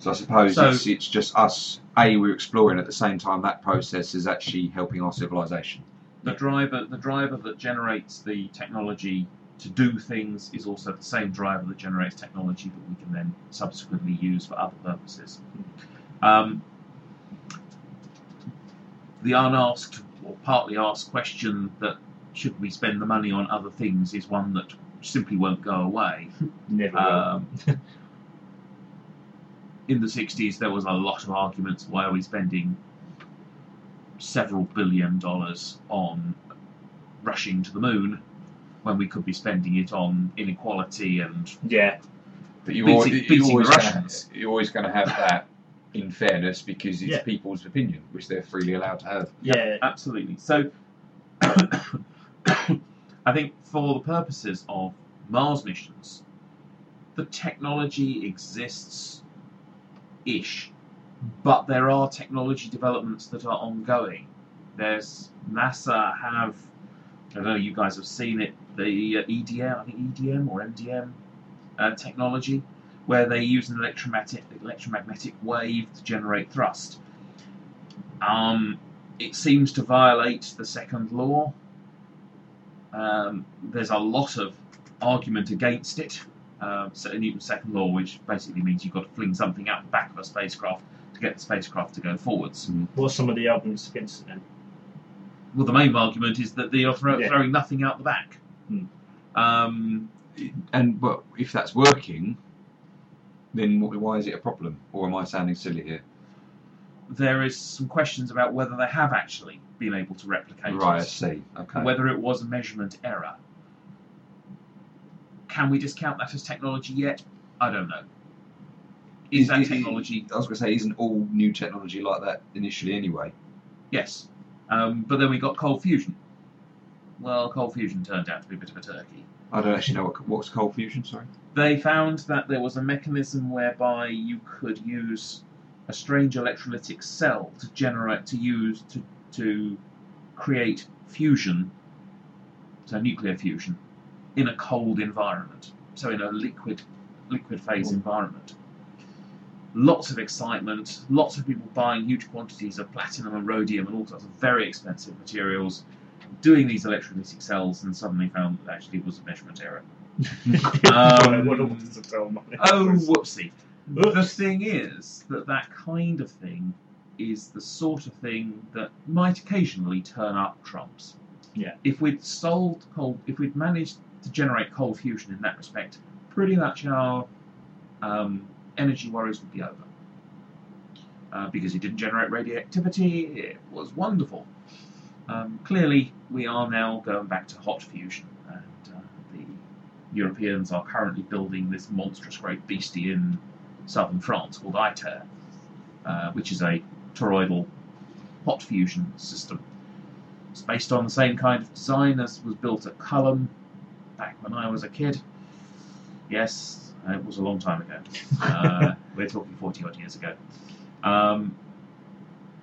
S3: so, I suppose
S6: So-
S3: it's, it's just us, A, we're exploring at the same time that process is actually helping our civilization.
S6: The driver, the driver that generates the technology to do things, is also the same driver that generates technology that we can then subsequently use for other purposes. Um, the unasked or partly asked question that should we spend the money on other things is one that simply won't go away.
S5: Never.
S6: Um, [laughs] in the 60s, there was a lot of arguments why are we spending several billion dollars on rushing to the moon when we could be spending it on inequality and
S5: will. yeah.
S3: But you
S6: Beating-
S3: always,
S6: beating
S3: you always
S6: the
S3: gonna,
S6: Russians.
S3: you're always going to have that in fairness because it's
S5: Yeah.
S3: people's opinion, which they're freely allowed to have.
S5: Yeah.
S6: absolutely. So, [coughs] I think for the purposes of Mars missions, the technology exists ish, but there are technology developments that are ongoing. There's NASA have, I don't know, you guys have seen it, the uh, EDM, I think EDM or MDM uh, technology, where they use an electromagnetic, electromagnetic wave to generate thrust. Um, it seems to violate the second law. Um, there's a lot of argument against it. Uh, so Newton's second law, which basically means you've got to fling something out the back of a spacecraft to get the spacecraft to go forwards.
S5: What's some of the arguments against
S6: [laughs]
S5: it then?
S6: Well, the main argument is that they are throw-
S5: Yeah.
S6: throwing nothing out the back.
S5: Hmm.
S6: Um,
S3: And but if that's working, then wh- why is it a problem? Or am I sounding silly here?
S6: there is some questions about whether they have actually been able to replicate
S3: Right, I
S6: it.
S3: see. Okay.
S6: whether it was a measurement error. Can we discount that as technology yet? I don't know. Is that
S3: Is- is-
S6: technology?
S3: I was going to say, isn't all new technology like that initially anyway?
S6: Yes. Um, but then we got cold fusion. Well, cold fusion turned out to be a bit of a turkey.
S3: I don't actually know what, c- what's cold fusion. Sorry.
S6: They found that there was a mechanism whereby you could use a strange electrolytic cell to generate, to use, to, to create fusion, so nuclear fusion, in a cold environment, so in a liquid, liquid phase environment. Lots of excitement, lots of people buying huge quantities of platinum and rhodium and all sorts of very expensive materials, doing these electrolytic cells, and suddenly found that actually it was a measurement error. Um,
S5: what, what does it tell me?
S6: [laughs]
S5: [laughs]
S6: Oh, whoopsie. The
S5: Oops.
S6: thing is that that kind of thing is the sort of thing that might occasionally turn up Trump's.
S5: Yeah.
S6: If we'd sold coal, if we'd managed to generate coal fusion in that respect, pretty much our um, energy worries would be over. Uh, because it didn't generate radioactivity, it was wonderful. Um, clearly, we are now going back to hot fusion, and uh, the Europeans are currently building this monstrous great beastie in southern France called ITER, uh, which is a toroidal hot fusion system. It's based on the same kind of design as was built at Cullum back when I was a kid. Yes, it was a long time ago. Uh, we're talking 40 odd years ago. Um,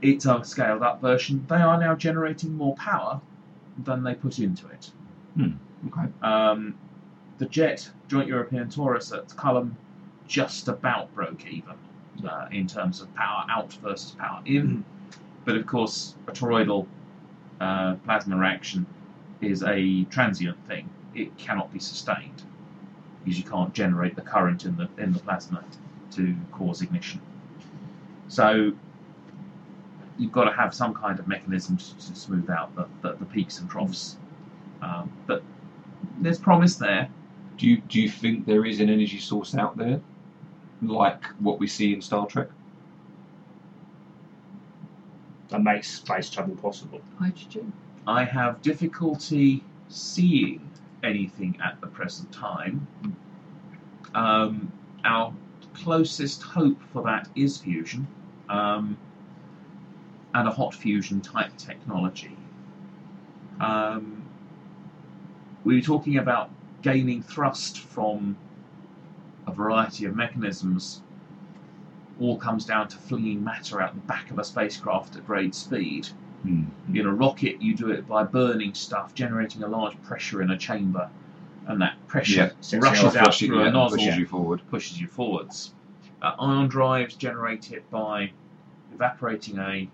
S6: it's a scaled up version. They are now generating more power than they put into it.
S3: Okay.
S6: Um, the jet joint European Taurus at Cullum just about broke even uh, in terms of power out versus power in. But of course, a toroidal uh, plasma reaction is a transient thing. it cannot be sustained because you can't generate the current in the in the plasma to cause ignition. So you've got to have some kind of mechanism to, to smooth out the, the, the peaks and troughs. Um, but there's promise there.
S3: Do you do you think there is an energy source out there like what we see in Star Trek?
S5: that makes space travel possible.
S4: Hydrogen.
S6: I have difficulty seeing anything at the present time. Um, our closest hope for that is fusion um, and a hot fusion type technology. Um, we were talking about gaining thrust from a variety of mechanisms. All comes down to flinging matter out the back of a spacecraft at great speed.
S3: Hmm.
S6: In a rocket, you do it by burning stuff, generating a large pressure in a chamber, and that
S3: Yeah.
S6: pressure
S5: Sets
S6: rushes
S5: it
S6: out
S3: Flush it,
S6: through
S3: yeah,
S6: a nozzle,
S3: pushes you forward.
S6: pushes you forwards. Uh, ion drives generate it by evaporating a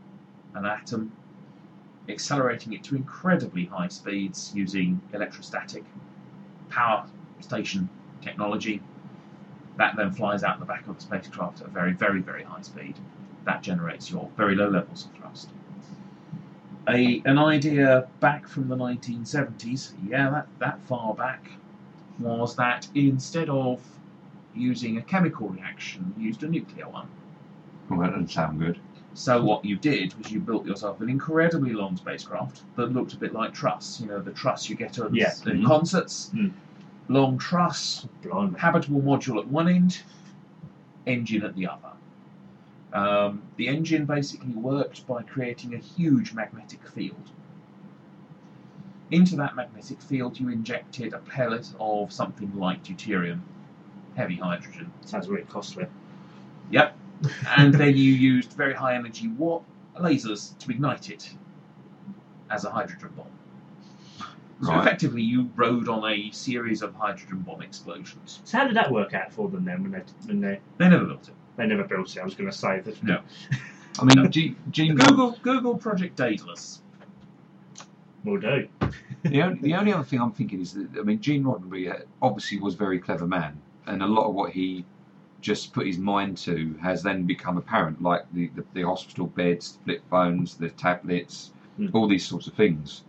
S6: an atom, accelerating it to incredibly high speeds using electrostatic power station technology. That then flies out the back of the spacecraft at a very, very, very high speed. That generates your very low levels of thrust. A, an idea back from the 1970s, yeah, that, that far back, was that instead of using a chemical reaction, you used a nuclear one.
S3: Well, that doesn't sound good.
S6: So what you did was you built yourself an incredibly long spacecraft that looked a bit like truss. You know the truss you get at
S5: Yeah.
S6: in
S3: Mhm.
S6: concerts.
S5: Mm.
S6: Long truss,
S5: Blimey.
S6: habitable module at one end, engine at the other. Um, the engine basically worked by creating a huge magnetic field. Into that magnetic field, you injected a pellet of something like deuterium, heavy hydrogen,
S5: Sounds really costly.
S6: Yep. And then you [laughs] used very high energy warp lasers to ignite it as a hydrogen bomb. So
S3: Right.
S6: effectively, you rode on a series of hydrogen bomb explosions.
S5: So how did that work out for them then? When they when they
S6: They never built it.
S5: they never built it. I was going to say that.
S6: No.
S3: I mean,
S6: No.
S3: G- Gene
S6: Google Google Project Daedalus.
S5: Will do.
S3: the, only, the only other thing I'm thinking is that I mean Gene Roddenberry uh, obviously was a very clever man, and a lot of what he just put his mind to has then become apparent, like the, the, the hospital beds, the flip phones, the tablets,
S5: Mm.
S3: all these sorts of things.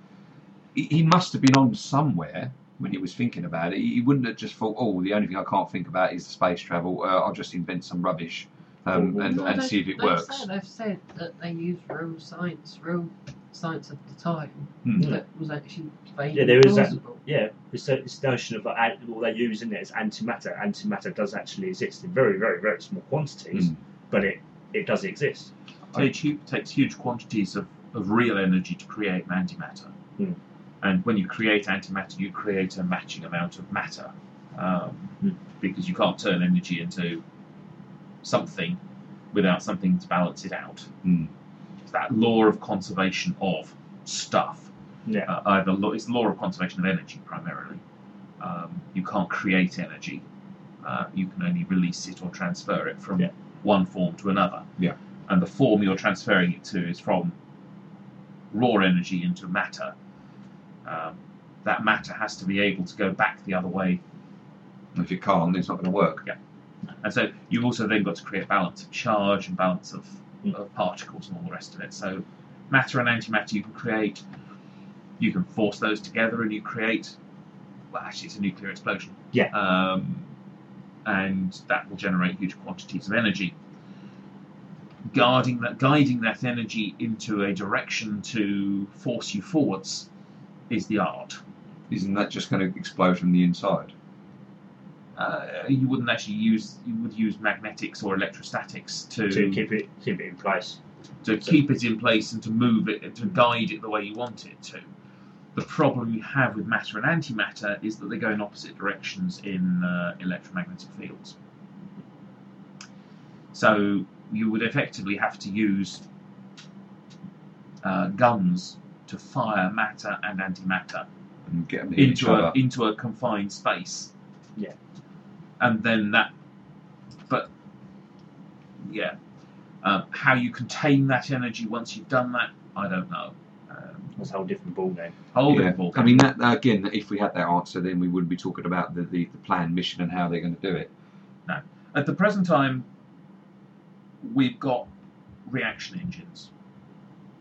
S3: He, he must have been on somewhere when he was thinking about it. He, he wouldn't have just thought, oh, the only thing I can't think about is space travel. Uh, I'll just invent some rubbish um,
S5: Well,
S3: and,
S5: well,
S3: and
S4: they've-
S3: see if it
S4: they've
S3: works.
S4: Said, they've said that they used real science, real science of the time
S3: Hmm.
S4: that was actually vaguely
S5: Yeah, there is that.
S4: plausible.
S5: Yeah, it's the it's the notion of like, an- all they're using it is antimatter. Antimatter does actually exist in very, very, very small quantities,
S3: Mm.
S5: but it, it does exist.
S6: Takes, hu- takes huge quantities of, of real energy to create an antimatter.
S5: Hmm.
S6: And when you create antimatter, you create a matching amount of matter. Um,
S5: Hmm.
S6: Because you can't turn energy into something without something to balance it out.
S3: Hmm.
S6: It's that law of conservation of stuff.
S5: Yeah.
S6: Uh, either law, it's law of conservation of energy primarily. Um, you can't create energy. Uh, you can only release it or transfer it from
S5: Yeah.
S6: one form to another.
S3: Yeah.
S6: And the form you're transferring it to is from raw energy into matter. Um, that matter has to be able to go back the other way.
S3: If it can't, it's not going to work.
S6: And so you've also then got to create balance of charge and balance of,
S5: Mm.
S6: of particles and all the rest of it. So matter and antimatter you can create, you can force those together and you create, well, actually, it's a nuclear explosion.
S5: Yeah.
S6: Um, and that will generate huge quantities of energy. Guarding that, guiding that energy into a direction to force you forwards is the art.
S3: Isn't that just going to explode from the inside?
S6: Uh, you wouldn't actually use you would use magnetics or electrostatics to
S5: To keep it keep it in place.
S6: to keep it in place and to move it to guide it the way you want it to. The problem you have with matter and antimatter is that they go in opposite directions in uh, electromagnetic fields. So you would effectively have to use uh, guns to fire matter and antimatter
S3: And get them each
S6: into
S3: other.
S6: a into a confined space.
S5: Yeah.
S6: And then that, but yeah, um, how you contain that energy once you've done that, I don't know. Um,
S5: was a whole different ball game.
S6: Holding
S3: Yeah.
S6: ball.
S3: I mean, that again, if we had that answer, then we wouldn't be talking about the, the, the planned mission and how they're going to do it.
S6: At the present time, we've got reaction engines,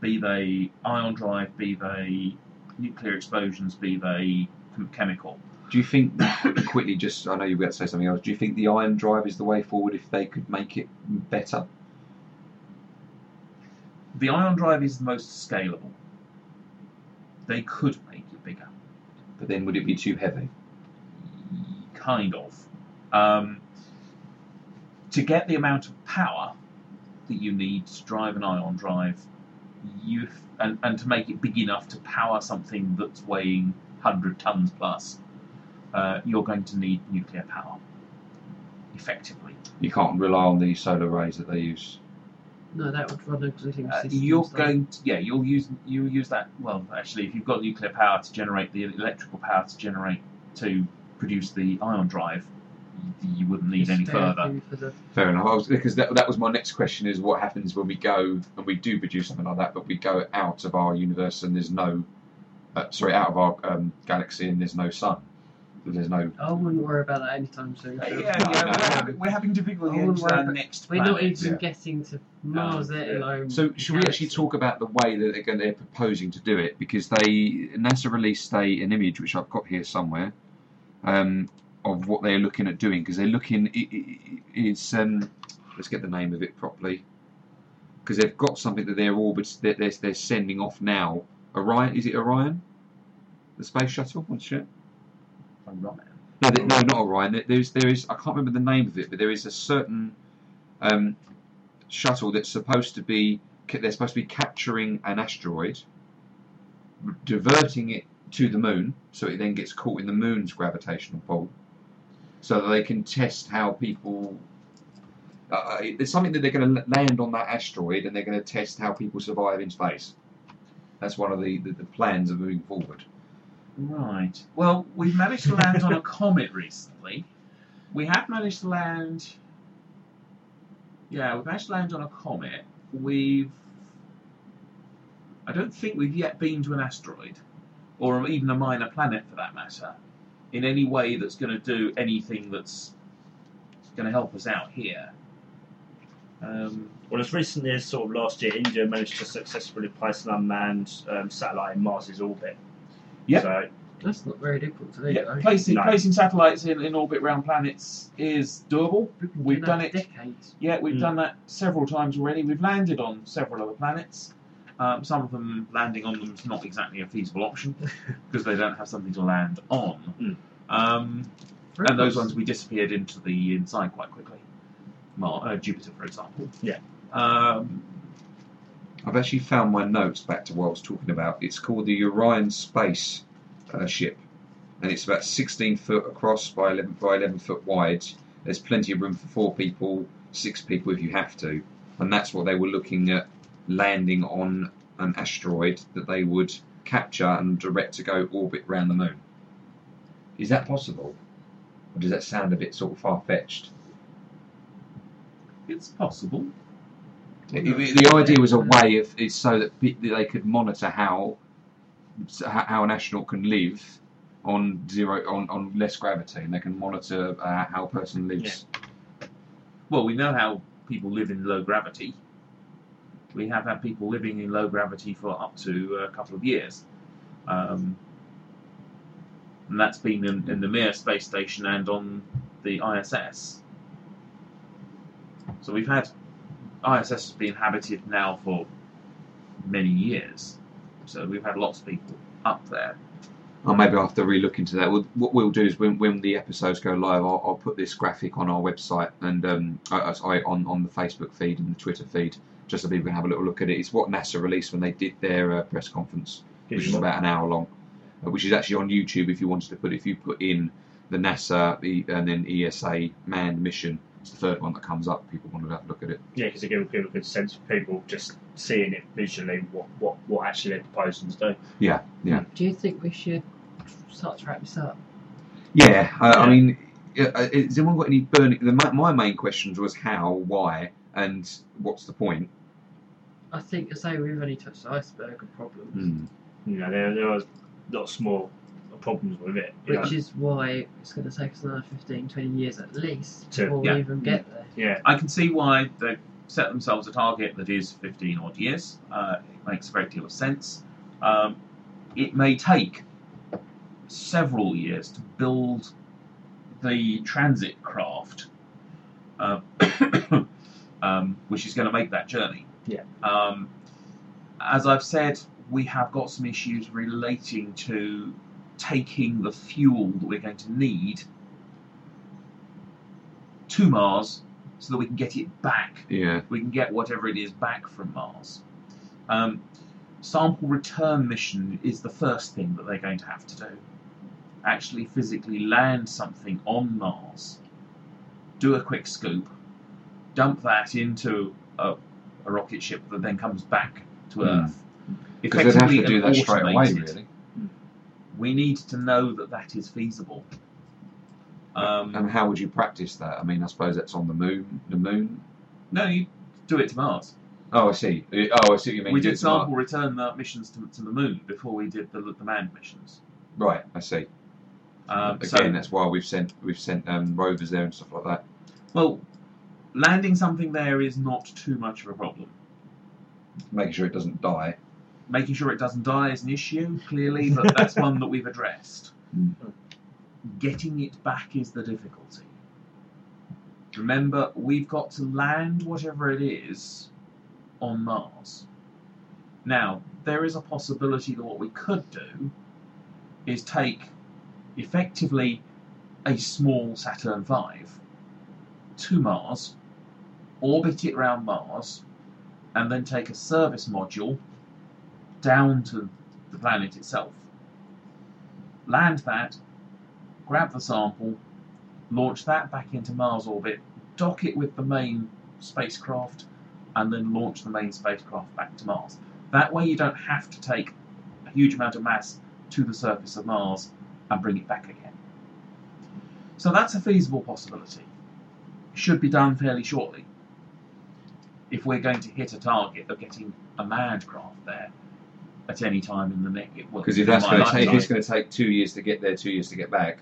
S6: be they ion drive, be they nuclear explosions, be they chem- chemical.
S3: Do you think, [coughs] quickly, just I know you were going to say something else, do you think the iron drive is the way forward if they could make it better?
S6: The ion drive is the most scalable. They could make it bigger,
S3: But then would it be too heavy?
S6: kind of. Um, to get the amount of power that you need to drive an ion drive, you and, and to make it big enough to power something that's weighing 100 tons plus, uh, you're going to need nuclear power, effectively.
S3: You can't rely on the solar rays that they use.
S4: No, that would run existing
S6: Uh,
S4: systems.
S6: you're
S4: though.
S6: going to yeah you'll use you'll use that well actually if you've got nuclear power to generate the electrical power to generate to produce the ion drive y- you wouldn't need
S4: Just
S6: any
S4: stay
S6: further
S4: open for the-
S3: Fair enough. I was, because that, that was my next question: is what happens when we go and we do produce something like that, but we go out of our universe and there's no, uh, sorry, out of our um, galaxy and there's no sun, there's no.
S4: I wouldn't worry about that anytime soon.
S6: yeah,
S4: Phil.
S6: yeah,
S3: No, no,
S6: we're,
S3: no.
S6: having, we're having difficulty
S4: I wouldn't
S6: with our
S4: worry,
S6: next
S4: We're not
S6: planet.
S4: even
S3: Yeah.
S4: getting to Mars,
S6: No,
S4: let
S6: yeah.
S4: alone.
S3: So should we actually
S4: galaxy.
S3: talk about the way that they're, going, they're proposing to do it? Because they NASA released a, an image which I've got here somewhere um, of what they're looking at doing. Because they're looking, i i i- it's um, let's get the name of it properly. Because they've got something that they're orbits that they're, they're sending off now. Orion is it Orion? The space shuttle? What's it?
S6: Orion.
S3: No, th- no, not Orion. There- There's, there is. I can't remember the name of it, but there is a certain um, shuttle that's supposed to be. ca- They're supposed to be capturing an asteroid, r- diverting it to the moon, so it then gets caught in the moon's gravitational pull, so that they can test how people. Uh, Uh, it- there's something that they're going to land on that asteroid, and they're going to test how people survive in space. That's one of the, the, the plans of moving forward.
S6: right well we've managed to land on a comet recently we have managed to land yeah we've managed to land on a comet we've I don't think we've yet been to an asteroid, or even a minor planet for that matter, in any way that's going to do anything that's going to help us out here. Um,
S5: Well, as recently as sort of last year, India managed to successfully place an unmanned um, satellite in Mars's orbit.
S6: Yep.
S5: So
S4: That's not very difficult to do,
S6: yeah,
S4: though.
S6: placing
S5: No.
S6: placing satellites in, in orbit around planets is doable.
S4: We've been
S6: We've
S4: doing
S6: done
S4: that
S6: it-
S4: for Decades.
S6: Yeah, we've
S5: Mm.
S6: done that several times already. We've landed on several other planets. Um, some of them landing on them is not exactly a feasible option because they don't have something to land on.
S5: Mm.
S6: Um, and those ones we disappeared into the inside quite quickly. Mar- uh, Jupiter, for example.
S5: Yeah.
S6: Um,
S3: I've actually found my notes back to what I was talking about. It's called the Orion Space uh, Ship, and it's about 16 foot across by 11 by 11 foot wide. There's plenty of room for four people, six people if you have to, and that's what they were looking at landing on an asteroid that they would capture and direct to go orbit round the moon. Is that possible? Or does that sound a bit sort of far fetched?
S6: it's possible.
S3: The, the idea was a way of it's so that pe- that they could monitor how so ho- how an astronaut can live on zero on, on less gravity, and they can monitor uh, how a person lives.
S6: Well, we know how people live in low gravity. We have had people living in low gravity for up to a couple of years. Um, and that's been in, in the Mir space station and on the ISS. So we've had ISS has been inhabited now for many years. So we've had lots of people up there.
S3: Or maybe I'll have to relook into that. Well, what we'll do is when, when the episodes go live, I'll, I'll put this graphic on our website and um, I, I- sorry, on on the Facebook feed and the Twitter feed, just so people can have a little look at it. It's what NASA released when they did their uh, press conference. which is about an hour long, uh, which is actually on YouTube if you wanted to put if you put in the NASA E- and then ESA manned mission. It's the third one that comes up. People want to have a look at it.
S5: yeah, because it gave a good sense of people just seeing it visually what what, what actually they're proposing to do.
S3: Yeah, yeah,
S4: Do you think we should start to wrap this up?
S3: yeah. Uh, I
S5: Yeah.
S3: mean, uh, uh, has anyone got any burning? The, my, my main questions was how, why, and what's the point?
S4: I think, as I say, we've only touched the iceberg of problems.
S3: Mm.
S5: You know, there, there are lots more problems with it. you
S4: Which
S5: know.
S4: is why it's going to take us another 15, 20 years at least
S5: To-
S4: before
S6: yeah.
S4: we even get there.
S5: yeah,
S6: I can see why they set themselves a target that is 15 odd years. Uh, it makes a great deal of sense. Um, it may take several years to build the transit craft, uh, [coughs] um, which is going to make that journey.
S5: Yeah.
S6: Um, as I've said, we have got some issues relating to taking the fuel that we're going to need to Mars so that we can get it back
S3: Yeah.
S6: we can get whatever it is back from Mars. Um, sample return mission is the first thing that they're going to have to do. Actually, physically land something on Mars, do a quick scoop, dump that into a, a rocket ship that then comes back to
S3: Hmm.
S6: Earth.
S3: Because they'd have
S6: Effectively
S3: to do that
S6: and
S3: straight away,
S6: automate it.
S3: really.
S6: We need to know that that is feasible. Um,
S3: And how would you practice that? I mean, I suppose that's on the moon. The moon.
S6: no, you do it to Mars.
S3: Oh, I see. Uh, Oh, I see what you mean.
S6: we
S3: Do
S6: did
S3: it tomorrow.
S6: sample return uh, missions to, to the moon before we did the, the manned missions.
S3: Right, I see.
S6: Um,
S3: Again,
S6: so,
S3: that's why we've sent we've sent um, rovers there and stuff like that.
S6: well, landing something there is not too much of a problem.
S3: Making sure it doesn't die.
S6: Making sure it doesn't die is an issue, clearly, but that's one that we've addressed.
S3: Mm.
S6: Getting it back is the difficulty. Remember, we've got to land whatever it is on Mars. Now, there is a possibility that what we could do is take effectively a small Saturn V to Mars, orbit it round Mars, and then take a service module down to the planet itself. Land that, grab the sample, launch that back into Mars orbit, dock it with the main spacecraft, and then launch the main spacecraft back to Mars. That way, you don't have to take a huge amount of mass to the surface of Mars and bring it back again. So, that's a feasible possibility. Should be done fairly shortly if we're going to hit a target of getting a manned craft there at any time in the next.
S3: Because if that's going to take, if
S5: lifetime.
S3: it's going to take two years to get there, two years to get back,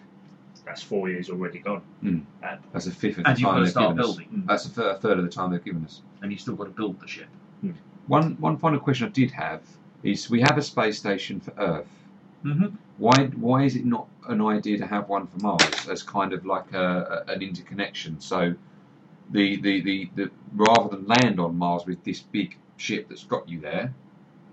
S5: that's four years already gone.
S3: Hmm.
S5: Uh,
S3: that's a fifth of the
S6: and you've
S3: time
S6: got to
S3: they've
S6: start
S3: given us.
S6: building,
S3: That's a, thir- a third of the time they've given us.
S6: and you've still got to build the ship.
S3: One one final question I did have is: we have a space station for Earth.
S6: Mm-hmm.
S3: Why why is it not an idea to have one for Mars as kind of like a, a- an interconnection? So the, the, the, the rather than land on Mars with this big ship that's got you there,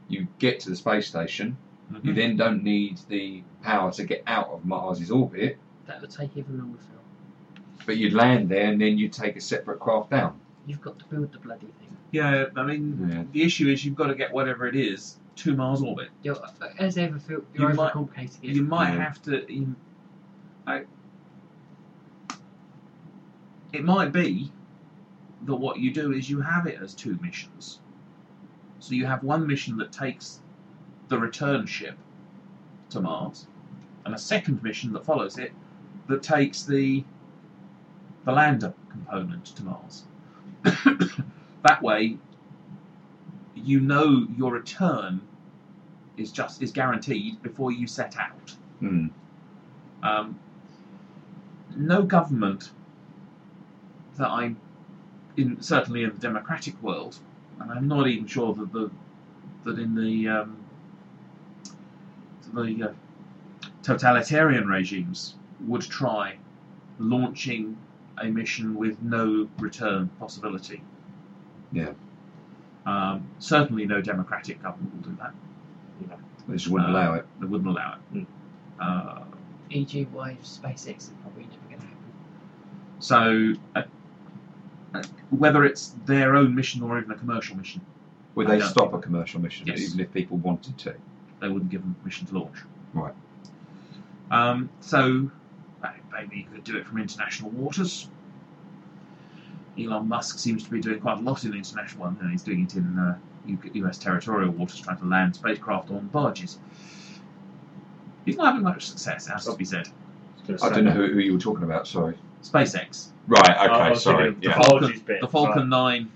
S3: you get to the space station. You
S6: Hmm.
S3: then don't need the power to get out of Mars's orbit,
S4: That would take even longer, Phil.
S3: but you'd land there and then you'd take a separate craft down.
S4: You've got to build the bloody thing.
S6: Yeah, I mean,
S3: Yeah.
S6: the issue is you've got to get whatever it is to Mars orbit.
S4: You're, as ever, Phil, you're
S6: You might-
S4: overcomplicating it.
S6: You might
S3: Yeah.
S6: have to. You, I, it might be that what you do is you have it as two missions. So you have one mission that takes the return ship to Mars, and a second mission that follows it that takes the the lander component to Mars. [coughs] that way, you know your return is just is guaranteed before you set out.
S3: Hmm.
S6: Um, no government that I, in certainly in the democratic world, and I'm not even sure that the that in the um, the uh, totalitarian regimes would try launching a mission with no return possibility.
S3: Yeah.
S6: Um, certainly, no democratic government will do that.
S3: They just wouldn't allow it.
S6: They wouldn't allow it.
S5: Mm.
S6: Uh,
S4: E.g., e why SpaceX is probably never going to happen.
S6: So, uh, uh, whether it's their own mission or even a commercial mission,
S3: Would
S6: I
S3: they
S6: don't
S3: stop a
S6: think-
S3: commercial mission,
S6: Yes.
S3: even if people wanted to?
S6: they wouldn't give them permission to launch.
S3: Right.
S6: Um, so, uh, maybe you could do it from international waters. Elon Musk seems to be doing quite a lot in international. Well, no, he's doing it in uh, U- U.S. territorial waters, trying to land spacecraft on barges. He's not having much success, it has to be said.
S5: Gonna
S3: I
S5: say-
S3: don't know who, who you were talking about, sorry.
S6: SpaceX,
S3: Right,
S5: I- I
S3: okay,
S5: was
S3: sorry.
S5: thinking of the
S3: Yeah.
S5: Apologies
S6: Falcon,
S5: bit,
S6: the Falcon 9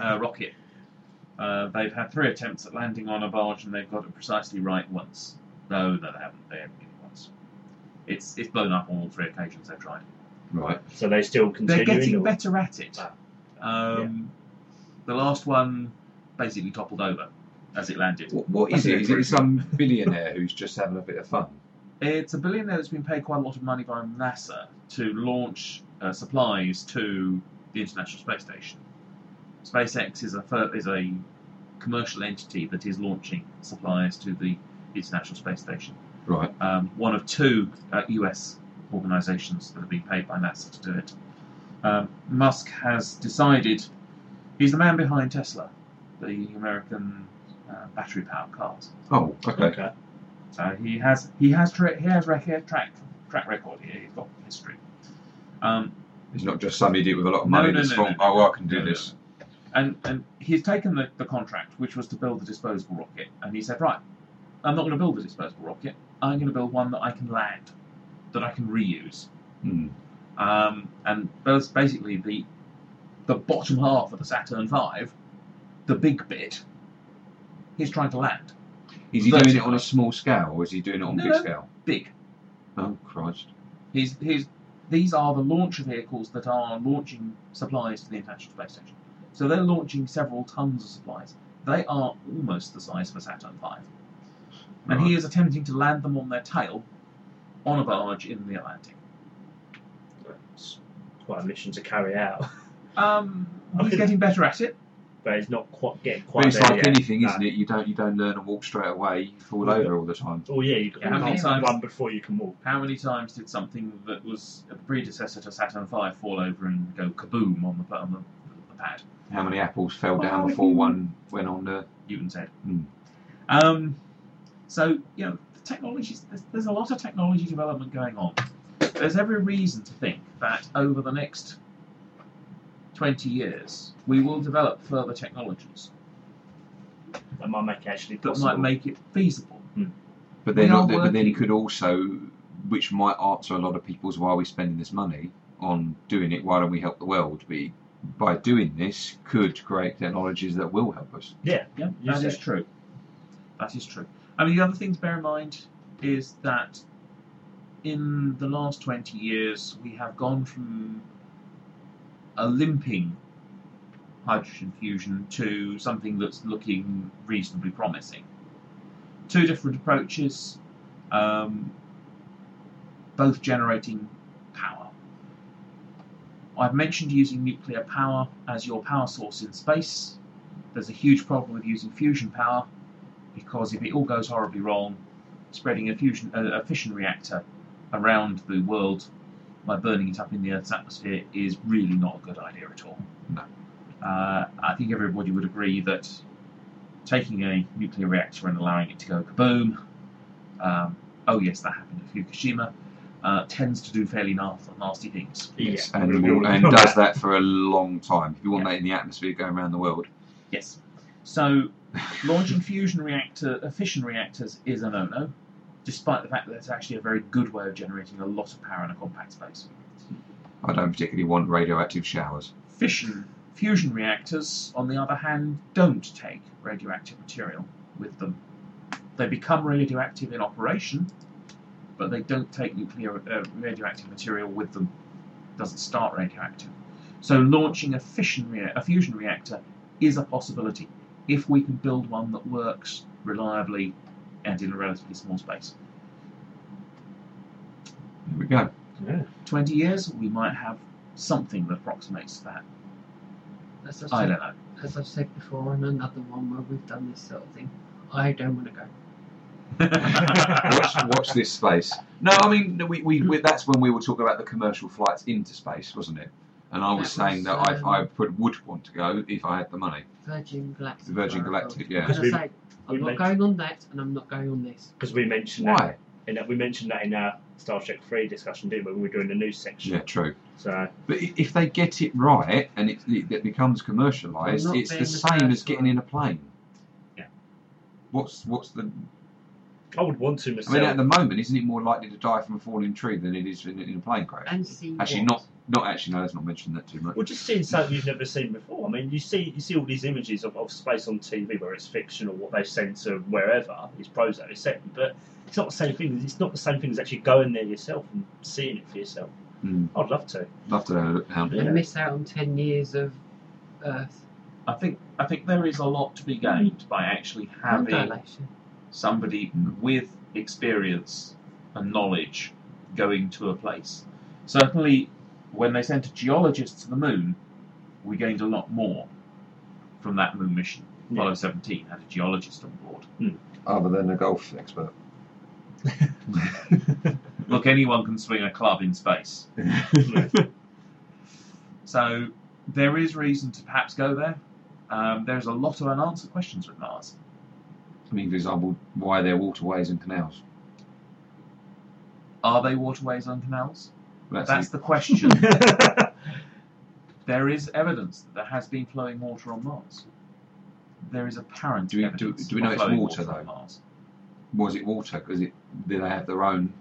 S6: uh, [laughs] rocket, Uh, they've had three attempts at landing on a barge and they've got it precisely right once. No, no, they haven't. They haven't given it once. It's it's blown up on all three occasions they've tried.
S3: Right.
S5: So they still
S6: They're
S5: continuing.
S6: getting
S5: or-
S6: better at it. Um, The last one basically toppled over as it landed.
S3: What, what is
S6: That's
S3: it?
S6: an
S3: Is it
S6: improvement.
S3: [laughs] some billionaire who's just having a bit of fun?
S6: It's a billionaire that's been paid quite a lot of money by NASA to launch uh, supplies to the International Space Station. SpaceX is a fir- is a commercial entity that is launching supplies to the International Space Station.
S3: Right.
S6: Um, one of two uh, US organisations that have been paid by NASA to do it. Um, Musk has decided he's the man behind Tesla, the American uh, battery powered cars.
S3: Oh, okay.
S5: Okay.
S6: So he has he has tra- he has rec- he has track track record here. He's got history. Um,
S3: It's not just some idiot with a lot of
S6: No,
S3: money
S6: no,
S3: that's
S6: no,
S3: gone,
S6: no.
S3: oh, well, I can do
S6: No, no.
S3: this.
S6: and and he's taken the, the contract, which was to build a disposable rocket, and he said, right, I'm not going to build a disposable rocket. I'm going to build one that I can land, that I can reuse.
S3: Hmm.
S6: Um, and that's basically the the bottom half of the Saturn V, the big bit. He's trying to land
S3: Is he
S6: That's-
S3: doing it on a small scale or is he doing it on
S6: No,
S3: a big
S6: no.
S3: scale?
S6: big.
S3: Oh, Christ.
S6: He's, he's, these are the launcher vehicles that are launching supplies to the International Space Station. So they're launching several tons of supplies. They are almost the size of a Saturn V. And he is attempting to land them on their tail on a barge in the Atlantic.
S5: It's quite a mission to carry out, [laughs]
S6: Um, he's
S5: Okay.
S6: getting better at it.
S5: but it's not quite getting
S3: But
S5: quite
S3: it's
S5: there
S3: like
S5: yet.
S3: anything,
S5: No.
S3: isn't it? You don't you don't learn to walk straight away. You fall
S5: No.
S3: over all the time.
S5: Oh yeah, you
S6: Yeah,
S5: you
S6: how many
S5: can't
S6: times-
S5: run before you can walk.
S6: How many times did something that was a predecessor to Saturn V fall over and go kaboom on the, on the, the pad?
S3: How many apples fell down
S6: Oh,
S3: before
S6: you-
S3: one went on the?
S6: Newton said.
S3: Hmm.
S6: Um, so you know, the technologies. There's, there's a lot of technology development going on. There's every reason to think that over the next twenty years, we will develop further technologies
S5: That might make it actually
S6: that
S5: possible.
S6: might make it feasible.
S3: But then,
S6: We are
S3: but then
S6: working-
S3: you could also, which might answer a lot of people's why are we spending this money on doing it? Why don't we help the world? We by doing this could create technologies that will help us.
S6: Yeah,
S5: You
S6: that is
S5: say.
S6: true. That is true. I mean, the other thing to bear in mind is that in the last 20 years, we have gone from a limping hydrogen fusion to something that's looking reasonably promising. Two different approaches, um, both generating power. I've mentioned using nuclear power as your power source in space there's a huge problem with using fusion power because if it all goes horribly wrong, spreading a fusion a, a fission reactor around the world by burning it up in the Earth's atmosphere is really not a good idea at all.
S3: No.
S6: Uh, I think everybody would agree that taking a nuclear reactor and allowing it to go kaboom, um, oh yes, that happened at Fukushima, uh, tends to do fairly nasty, nasty things.
S5: Yeah,
S3: and,
S5: we'll-
S3: will, and
S5: we'll- [laughs]
S3: does that for a long time. If you want
S6: Yeah.
S3: that in the atmosphere going around the world,
S6: Yes. So, launching fusion reactor, uh, fission reactors is a no-no, despite the fact that it's actually a very good way of generating a lot of power in a compact space.
S3: I don't particularly want radioactive showers.
S6: Fission fusion reactors, on the other hand, don't take radioactive material with them. They become radioactive in operation, but they don't take nuclear uh, radioactive material with them. Doesn't start radioactive. So launching a fission rea- a fusion reactor is a possibility if we can build one that works reliably and in a relatively small space.
S3: There we go.
S6: 20 years, we might have something that approximates that.
S4: As I've,
S6: I
S4: said,
S6: don't know.
S4: as I've said before on another one where we've done this sort of thing, I don't want to go.
S5: [laughs]
S3: watch, watch this space. No, I mean we, we, we that's when we were talking about the commercial flights into space, wasn't it? And I was
S4: That was,
S3: saying that I,
S4: um,
S3: I would, would want to go if I had the money.
S4: Virgin Galactic.
S3: Virgin
S4: Oracle.
S3: Galactic, yeah.
S4: As I
S5: We-
S4: say,
S5: we
S4: I'm not
S5: meant-
S4: going on that, and I'm not going on this.
S5: Because we mentioned that,
S3: Why?
S5: in that we mentioned that in our Star Trek Three discussion, didn't we? When we were doing the news section.
S3: Yeah, true.
S5: So
S3: But i- if they get it right and it, it, it becomes commercialised,
S4: Well, not
S3: it's the
S4: being the
S3: same as
S4: first
S3: getting
S4: one.
S3: in a plane.
S6: Yeah.
S3: What's what's the
S5: I would want to myself.
S3: I mean, at the moment, isn't it more likely to die from a falling tree than it is in, in a plane crash?
S4: And see.
S3: Actually,
S4: what.
S3: not not actually. No, let's not mention that too much.
S5: Well, just seeing something you've never seen before. I mean, you see you see all these images of, of space on TV, where it's fiction or what they send to wherever is Prozac, etc. But it's not the same thing. It's not the same thing as actually going there yourself and seeing it for yourself.
S3: Hmm.
S5: I'd love to.
S3: Love to have a look down.
S5: Yeah.
S4: And miss out on 10 years of Earth.
S6: I think I think there is a lot to be gained by actually
S4: Lung
S6: having
S4: dilation.
S6: somebody with experience and knowledge going to a place. Certainly, when they sent a geologist to the moon, we gained a lot more from that moon mission.
S5: Yeah.
S6: Apollo 17 had a geologist on board.
S3: Other than a golf expert.
S6: Look, anyone can swing a club in space. So there is reason to perhaps go there. Um, there's a lot of unanswered questions with Mars.
S3: I mean, for example, why there are waterways and canals.
S6: Are they waterways and canals?
S3: Well,
S6: That's
S3: [laughs]
S6: the question. there is evidence that there has been flowing water on Mars. There is apparent
S3: Do we- do-
S6: evidence
S3: do we know
S6: of
S3: it's
S6: flowing
S3: water,
S6: on
S3: though?
S6: Mars.
S3: was it water? Because it, did they have their own?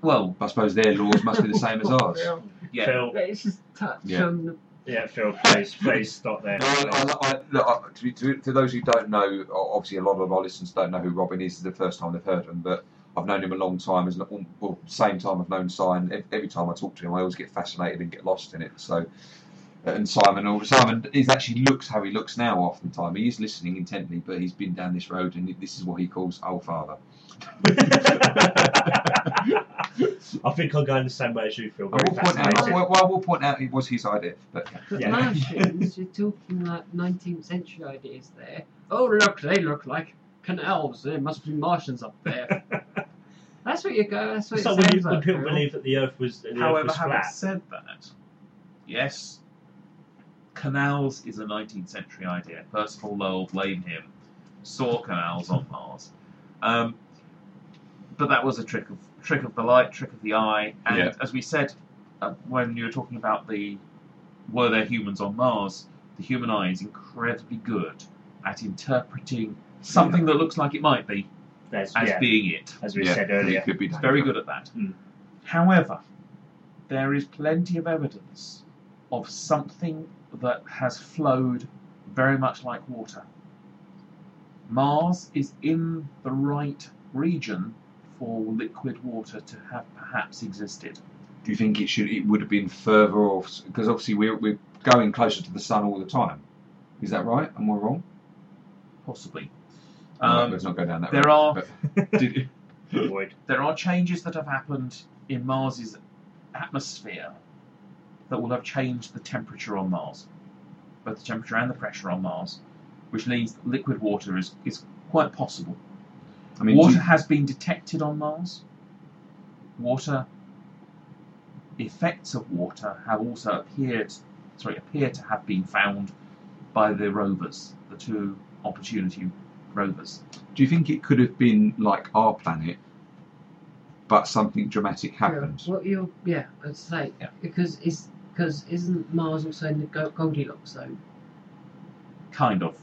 S6: Well,
S3: I suppose their laws must be the same as ours.
S6: [laughs] [laughs] yeah.
S5: Phil,
S4: Let's just touch
S3: Yeah.
S4: on the
S5: yeah, Phil, please, please stop there.
S3: Well, I, I, look, I, to, to, to those who don't know, o- obviously a lot of our listeners don't know who Robin is. It's the first time they've heard of him, but I've known him a long time. As an, well, same time I've known Simon. Ev- Every time I talk to him, I always get fascinated and get lost in it. So, uh, and Simon, al- Simon is actually looks how he looks now. Often time he is listening intently, but he's been down this road, and this is what he calls old father.
S5: [laughs] I think I'm going the same way as you, Phil.
S3: I
S5: Very
S3: will, point out, I,
S5: fascinating.
S3: will, well, I will point out it was his idea, but
S4: But
S5: Yeah.
S4: Martians, you're talking like 19th century ideas there. Oh, look, they look like canals. There must be Martians up there. that's what you go. That's what
S5: So
S4: it
S5: would,
S4: sounds
S5: you,
S4: like.
S5: would people
S4: Phil.
S5: believe that the Earth was, the Earth
S6: However,
S5: was
S6: having
S5: flat?
S6: said that, yes, canals is a 19th century idea. Percival Lowell, blame him, saw canals on Mars. Um, but that was a trick of trick of the light, trick of the eye, and
S3: Yeah.
S6: as we said uh, when you were talking about the were there humans on Mars, the human eye is incredibly good at interpreting something that looks like it might be
S5: As,
S6: as
S5: yeah,
S6: being it.
S5: as we
S3: yeah,
S5: said
S3: it
S5: earlier.
S6: [laughs]
S3: could be
S6: It's
S3: dangerous.
S6: very good at that.
S5: Mm.
S6: However, there is plenty of evidence of something that has flowed very much like water. Mars is in the right region for liquid water to have perhaps existed.
S3: Do you think it should? It would have been further off because obviously we're we're going closer to the sun all the time. Is that right? Am I wrong?
S6: Possibly.
S3: Alright,
S6: Um,
S3: let's not go down that.
S6: there
S3: road.
S6: are-
S3: But- [laughs] Did-
S5: Avoid.
S6: there are changes that have happened in Mars's atmosphere that will have changed the temperature on Mars, both the temperature and the pressure on Mars, which means that liquid water is, is quite possible.
S3: I mean,
S6: water
S3: do you-
S6: has been detected on Mars. Water effects of water have also appeared, sorry, appear to have been found by the rovers, the two Opportunity rovers.
S3: do you think it could have been like our planet, but something dramatic happened?
S4: Yeah, what you yeah, I'd say
S6: Yeah.
S4: because is because isn't Mars also in the Go- Goldilocks zone?
S6: Kind of.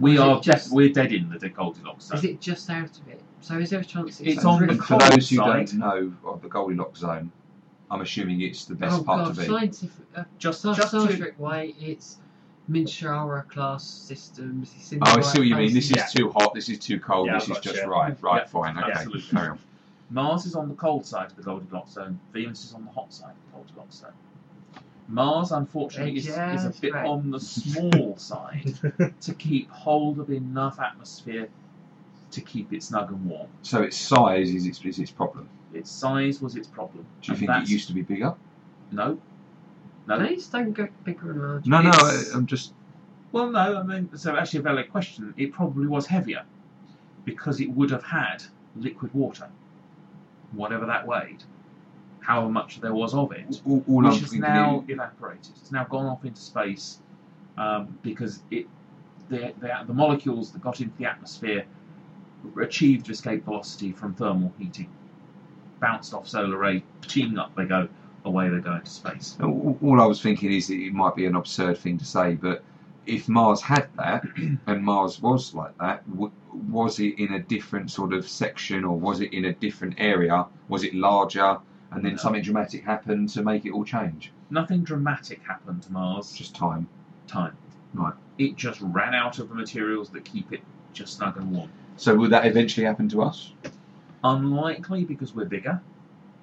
S6: We
S4: Is it
S6: are
S4: just-
S6: we're dead in the Goldilocks zone.
S4: Is it just out of it? So is there a chance
S6: It's on
S4: really
S6: the
S3: and for
S6: cold
S3: those who
S6: side.
S3: don't know of the Goldilocks zone, I'm assuming it's the best
S4: oh,
S3: part
S4: God,
S3: to be.
S4: Scientific, uh,
S6: just
S4: sci-
S6: just
S4: scientific
S6: to,
S4: way, it's Minshara class systems. It's in the
S3: Oh, I
S4: right
S3: see what you mean. This
S4: places.
S3: is
S5: Yeah.
S3: too hot. This is too cold.
S5: Yeah,
S3: this
S5: I've
S3: is
S5: got
S3: just
S5: you.
S3: right. Right,
S6: Yeah,
S3: fine. Okay,
S6: absolutely.
S3: carry on.
S6: Mars is on the cold side of the Goldilocks zone. Venus is on the hot side of the Goldilocks zone. Mars, unfortunately, is,
S4: They're
S6: is a
S4: just
S6: bit
S4: right.
S6: on the small side to keep hold of enough atmosphere to keep it snug and warm.
S3: So its size is its, is its problem.
S6: Its size was its problem.
S3: Do you
S6: and
S3: think it
S6: that's-
S3: used to be bigger?
S6: No. No.
S4: These don't get bigger and larger.
S3: No, no. I, um,
S6: It's-
S3: I'm just
S6: Well, no. I mean, so actually, a valid question. It probably was heavier because it would have had liquid water, whatever that weighed, however much there was of it.
S3: all, all I'm
S6: which has
S3: thinking
S6: now
S3: is-
S6: evaporated. It's now gone off into space um, because it the, the, the molecules that got into the atmosphere achieved escape velocity from thermal heating, bounced off solar ray, teaming up they go, away they go into space.
S3: All all I was thinking is it might be an absurd thing to say, but if Mars had that [clears throat] and Mars was like that, w- was it in a different sort of section or was it in a different area? Was it larger? And then
S6: No.
S3: something dramatic happened to make it all change.
S6: Nothing dramatic happened to Mars.
S3: It's just time.
S6: time.
S3: Right.
S6: It just ran out of the materials that keep it just snug and warm.
S3: So would that eventually happen to us?
S6: Unlikely because we're bigger,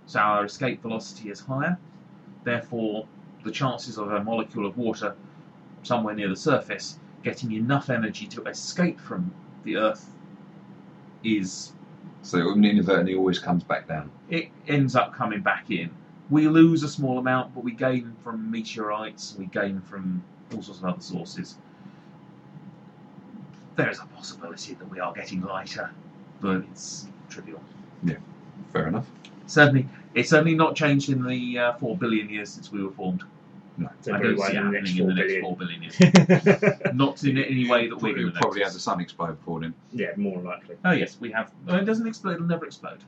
S6: so our escape velocity is higher. Therefore, the chances of a molecule of water somewhere near the surface getting enough energy to escape from the Earth is
S3: So it inadvertently always comes back down.
S6: it ends up coming back in. We lose a small amount, but we gain from meteorites, we gain from all sorts of other sources. There is a possibility that we are getting lighter, but it's trivial.
S3: Fair enough.
S6: Certainly, it's certainly not changed in the uh, four billion years since we were formed.
S5: So
S6: I
S5: very
S6: don't
S5: well
S6: see it
S5: in the next
S6: happening
S5: four
S6: in the next
S5: billion.
S6: four billion
S5: [laughs]
S6: years. not in any way that we're
S3: Probably,
S6: going to
S3: probably has the sun explode before then.
S5: yeah, more than likely.
S6: Oh yes, we have. No, it doesn't explode. It'll never explode.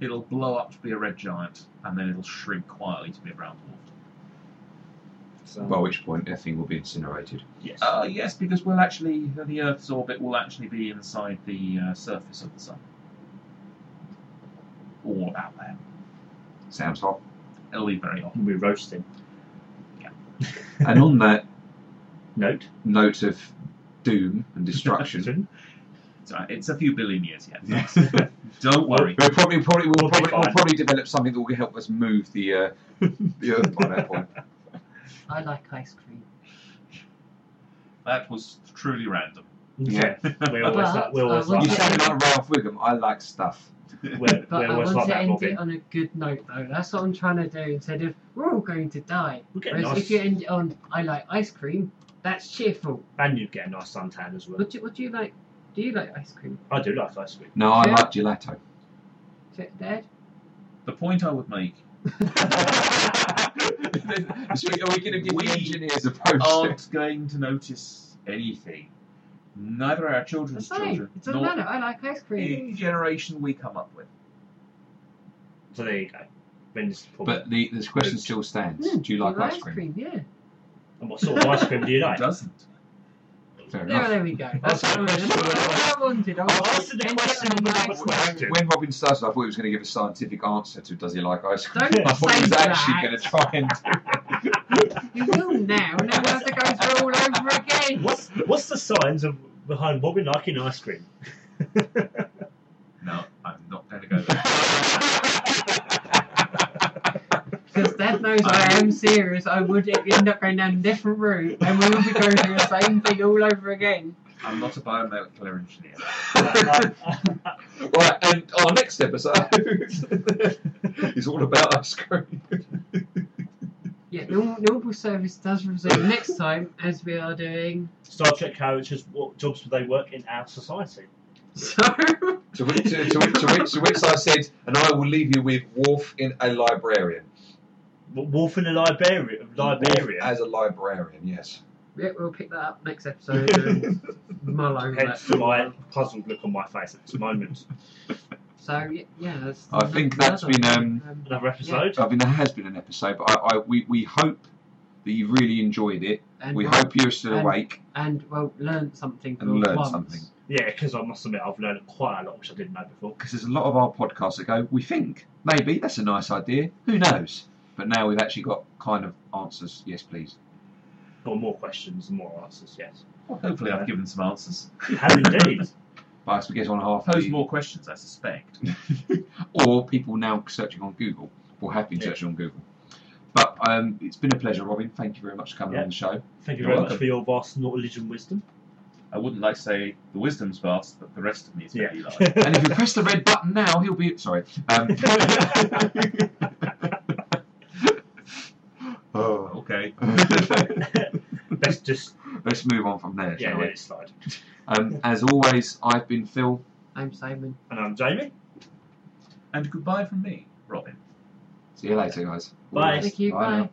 S6: It'll blow up to be a red giant, and then it'll shrink quietly to be a brown dwarf.
S5: So,
S3: By which point, everything will be incinerated.
S5: yes.
S6: Uh, yes, because we'll actually the Earth's orbit will actually be inside the uh, surface of the Sun, or about there.
S3: Sounds hot.
S6: It'll be very hot.
S5: we roast him.
S3: and on that
S5: Note.
S3: note of doom
S5: [laughs]
S3: and destruction,
S5: Action.
S6: It's, all right, it's a few billion years yet.
S3: Yes.
S6: Don't worry.
S3: We'll probably, probably, we'll,
S5: We'll be
S3: probably, we'll
S5: fine.
S3: probably develop something that will help us move the uh, the Earth by that point.
S4: I like ice cream.
S6: That was truly random.
S5: Yeah.
S6: [laughs]
S5: We
S4: But
S5: always like, we always
S4: I
S5: like
S3: You
S4: wouldn't
S5: that.
S3: sound
S4: [laughs]
S3: like Ralph Wiggum. I like stuff.
S5: We,
S4: But
S5: we
S4: I
S5: always like
S4: want to
S5: that,
S4: end
S5: Robin.
S4: it on a good note, though. That's what I'm trying to do. Instead of we're all going to die.
S5: We get a
S4: Whereas
S5: nice,
S4: if you end it on I like ice cream, that's cheerful.
S5: and you get a nice suntan as well.
S4: What do, what do you like? Do you like ice cream?
S5: I do like ice cream.
S3: No, I
S4: Yeah.
S3: like gelato.
S4: Is it dead?
S6: The point I would make
S3: So are we going to give
S6: We
S3: the engineers a project?
S4: Oh.
S6: aren't going to notice anything. Neither our children's
S3: Hmm,
S4: That's fine.
S6: children,
S4: It doesn't
S6: nor
S4: matter. I like ice cream.
S6: any generation we come up with.
S5: So there you go. Then it's probably-
S3: but the this question still stands.
S4: Mm,
S3: Do you like ice cream?
S4: Yeah.
S5: and what sort of ice cream do you
S6: [laughs]
S5: like?
S6: It doesn't.
S3: Fair
S4: There,
S3: enough.
S4: there we go. That's what I wanted.
S5: That's what I
S4: That's what I wanted. I
S5: I
S4: wanted
S5: answered
S4: to
S5: the
S4: end
S5: question
S4: it on
S5: with
S4: a
S5: another
S4: nice
S5: question.
S3: When Robin started, I thought he was going to give a scientific answer to does he like ice cream.
S4: note.
S3: [laughs]
S4: Don't
S3: I thought he
S4: say
S3: was
S4: that.
S3: actually going to try and.
S4: You will now. Now we have to go through all over again.
S5: What's what's the signs of behind Robin liking ice cream?
S6: No, I'm not going to go there.
S4: Because Dad knows I am serious. I would end up going down a different route, and we would be going through the same thing all over again.
S6: I'm not a biomolecular engineer.
S3: [laughs] Right, and our next episode [laughs] is all about ice cream. [laughs]
S4: Yeah, normal, normal service does resume next time, as we are doing. [laughs]
S5: Star Trek characters, what jobs do they work in our society?
S4: So,
S3: To which, to, to, which- to, which, to which I said, and I will leave you with Wolf in a librarian.
S5: W- Wolf in a library,
S3: Wolf
S5: Liberia.
S3: As a librarian, yes.
S4: yeah, we'll pick that up next episode and mull over
S5: Hence
S4: that.
S5: my puzzled look on my face at this moment.
S4: So, y- yeah. That's,
S3: I think that's been, um,
S5: Another episode.
S3: I mean, there has been an episode, but I, I, we, we hope that you really enjoyed it.
S4: and,
S3: we hope you're still
S4: and-
S3: awake.
S4: And, well, learnt something. for
S3: learnt
S4: once.
S3: something.
S5: Yeah, because I must admit I've learned quite a lot which I didn't know before.
S3: Because there's a lot of our podcasts that go, we think, maybe, that's a nice idea, who knows? But now we've actually got kind of answers, yes, please.
S5: Got more questions and more answers. Yes,
S6: Well, hopefully, I've given some answers.
S5: you have
S6: [laughs]
S5: indeed.
S3: But I suppose on half
S6: Pose
S3: the-
S6: more questions, I suspect.
S3: or people now searching on Google or have been
S5: Yeah.
S3: searching on Google. But um, it's been a pleasure, Robin. Thank you very much for coming
S5: Yeah.
S3: on the show.
S5: Thank you
S3: You're
S5: very
S3: welcome.
S5: much for your vast knowledge and wisdom.
S6: I wouldn't like to say the wisdom's vast, but the rest of me is
S5: Yeah.
S6: fairly large.
S3: And if you press the red button now, he'll be sorry. Um, [laughs] oh.
S6: okay.
S5: [laughs] Let's just
S3: Let's move on from there,
S5: yeah,
S3: shall
S5: let
S3: we?
S5: it slide.
S3: Um, as always, I've been Phil.
S4: I'm Simon.
S5: And I'm Jamie.
S6: And goodbye from me, Robin.
S3: See you later, guys.
S5: Bye.
S3: All the best.
S4: Thank you.
S3: Bye now.
S4: Bye.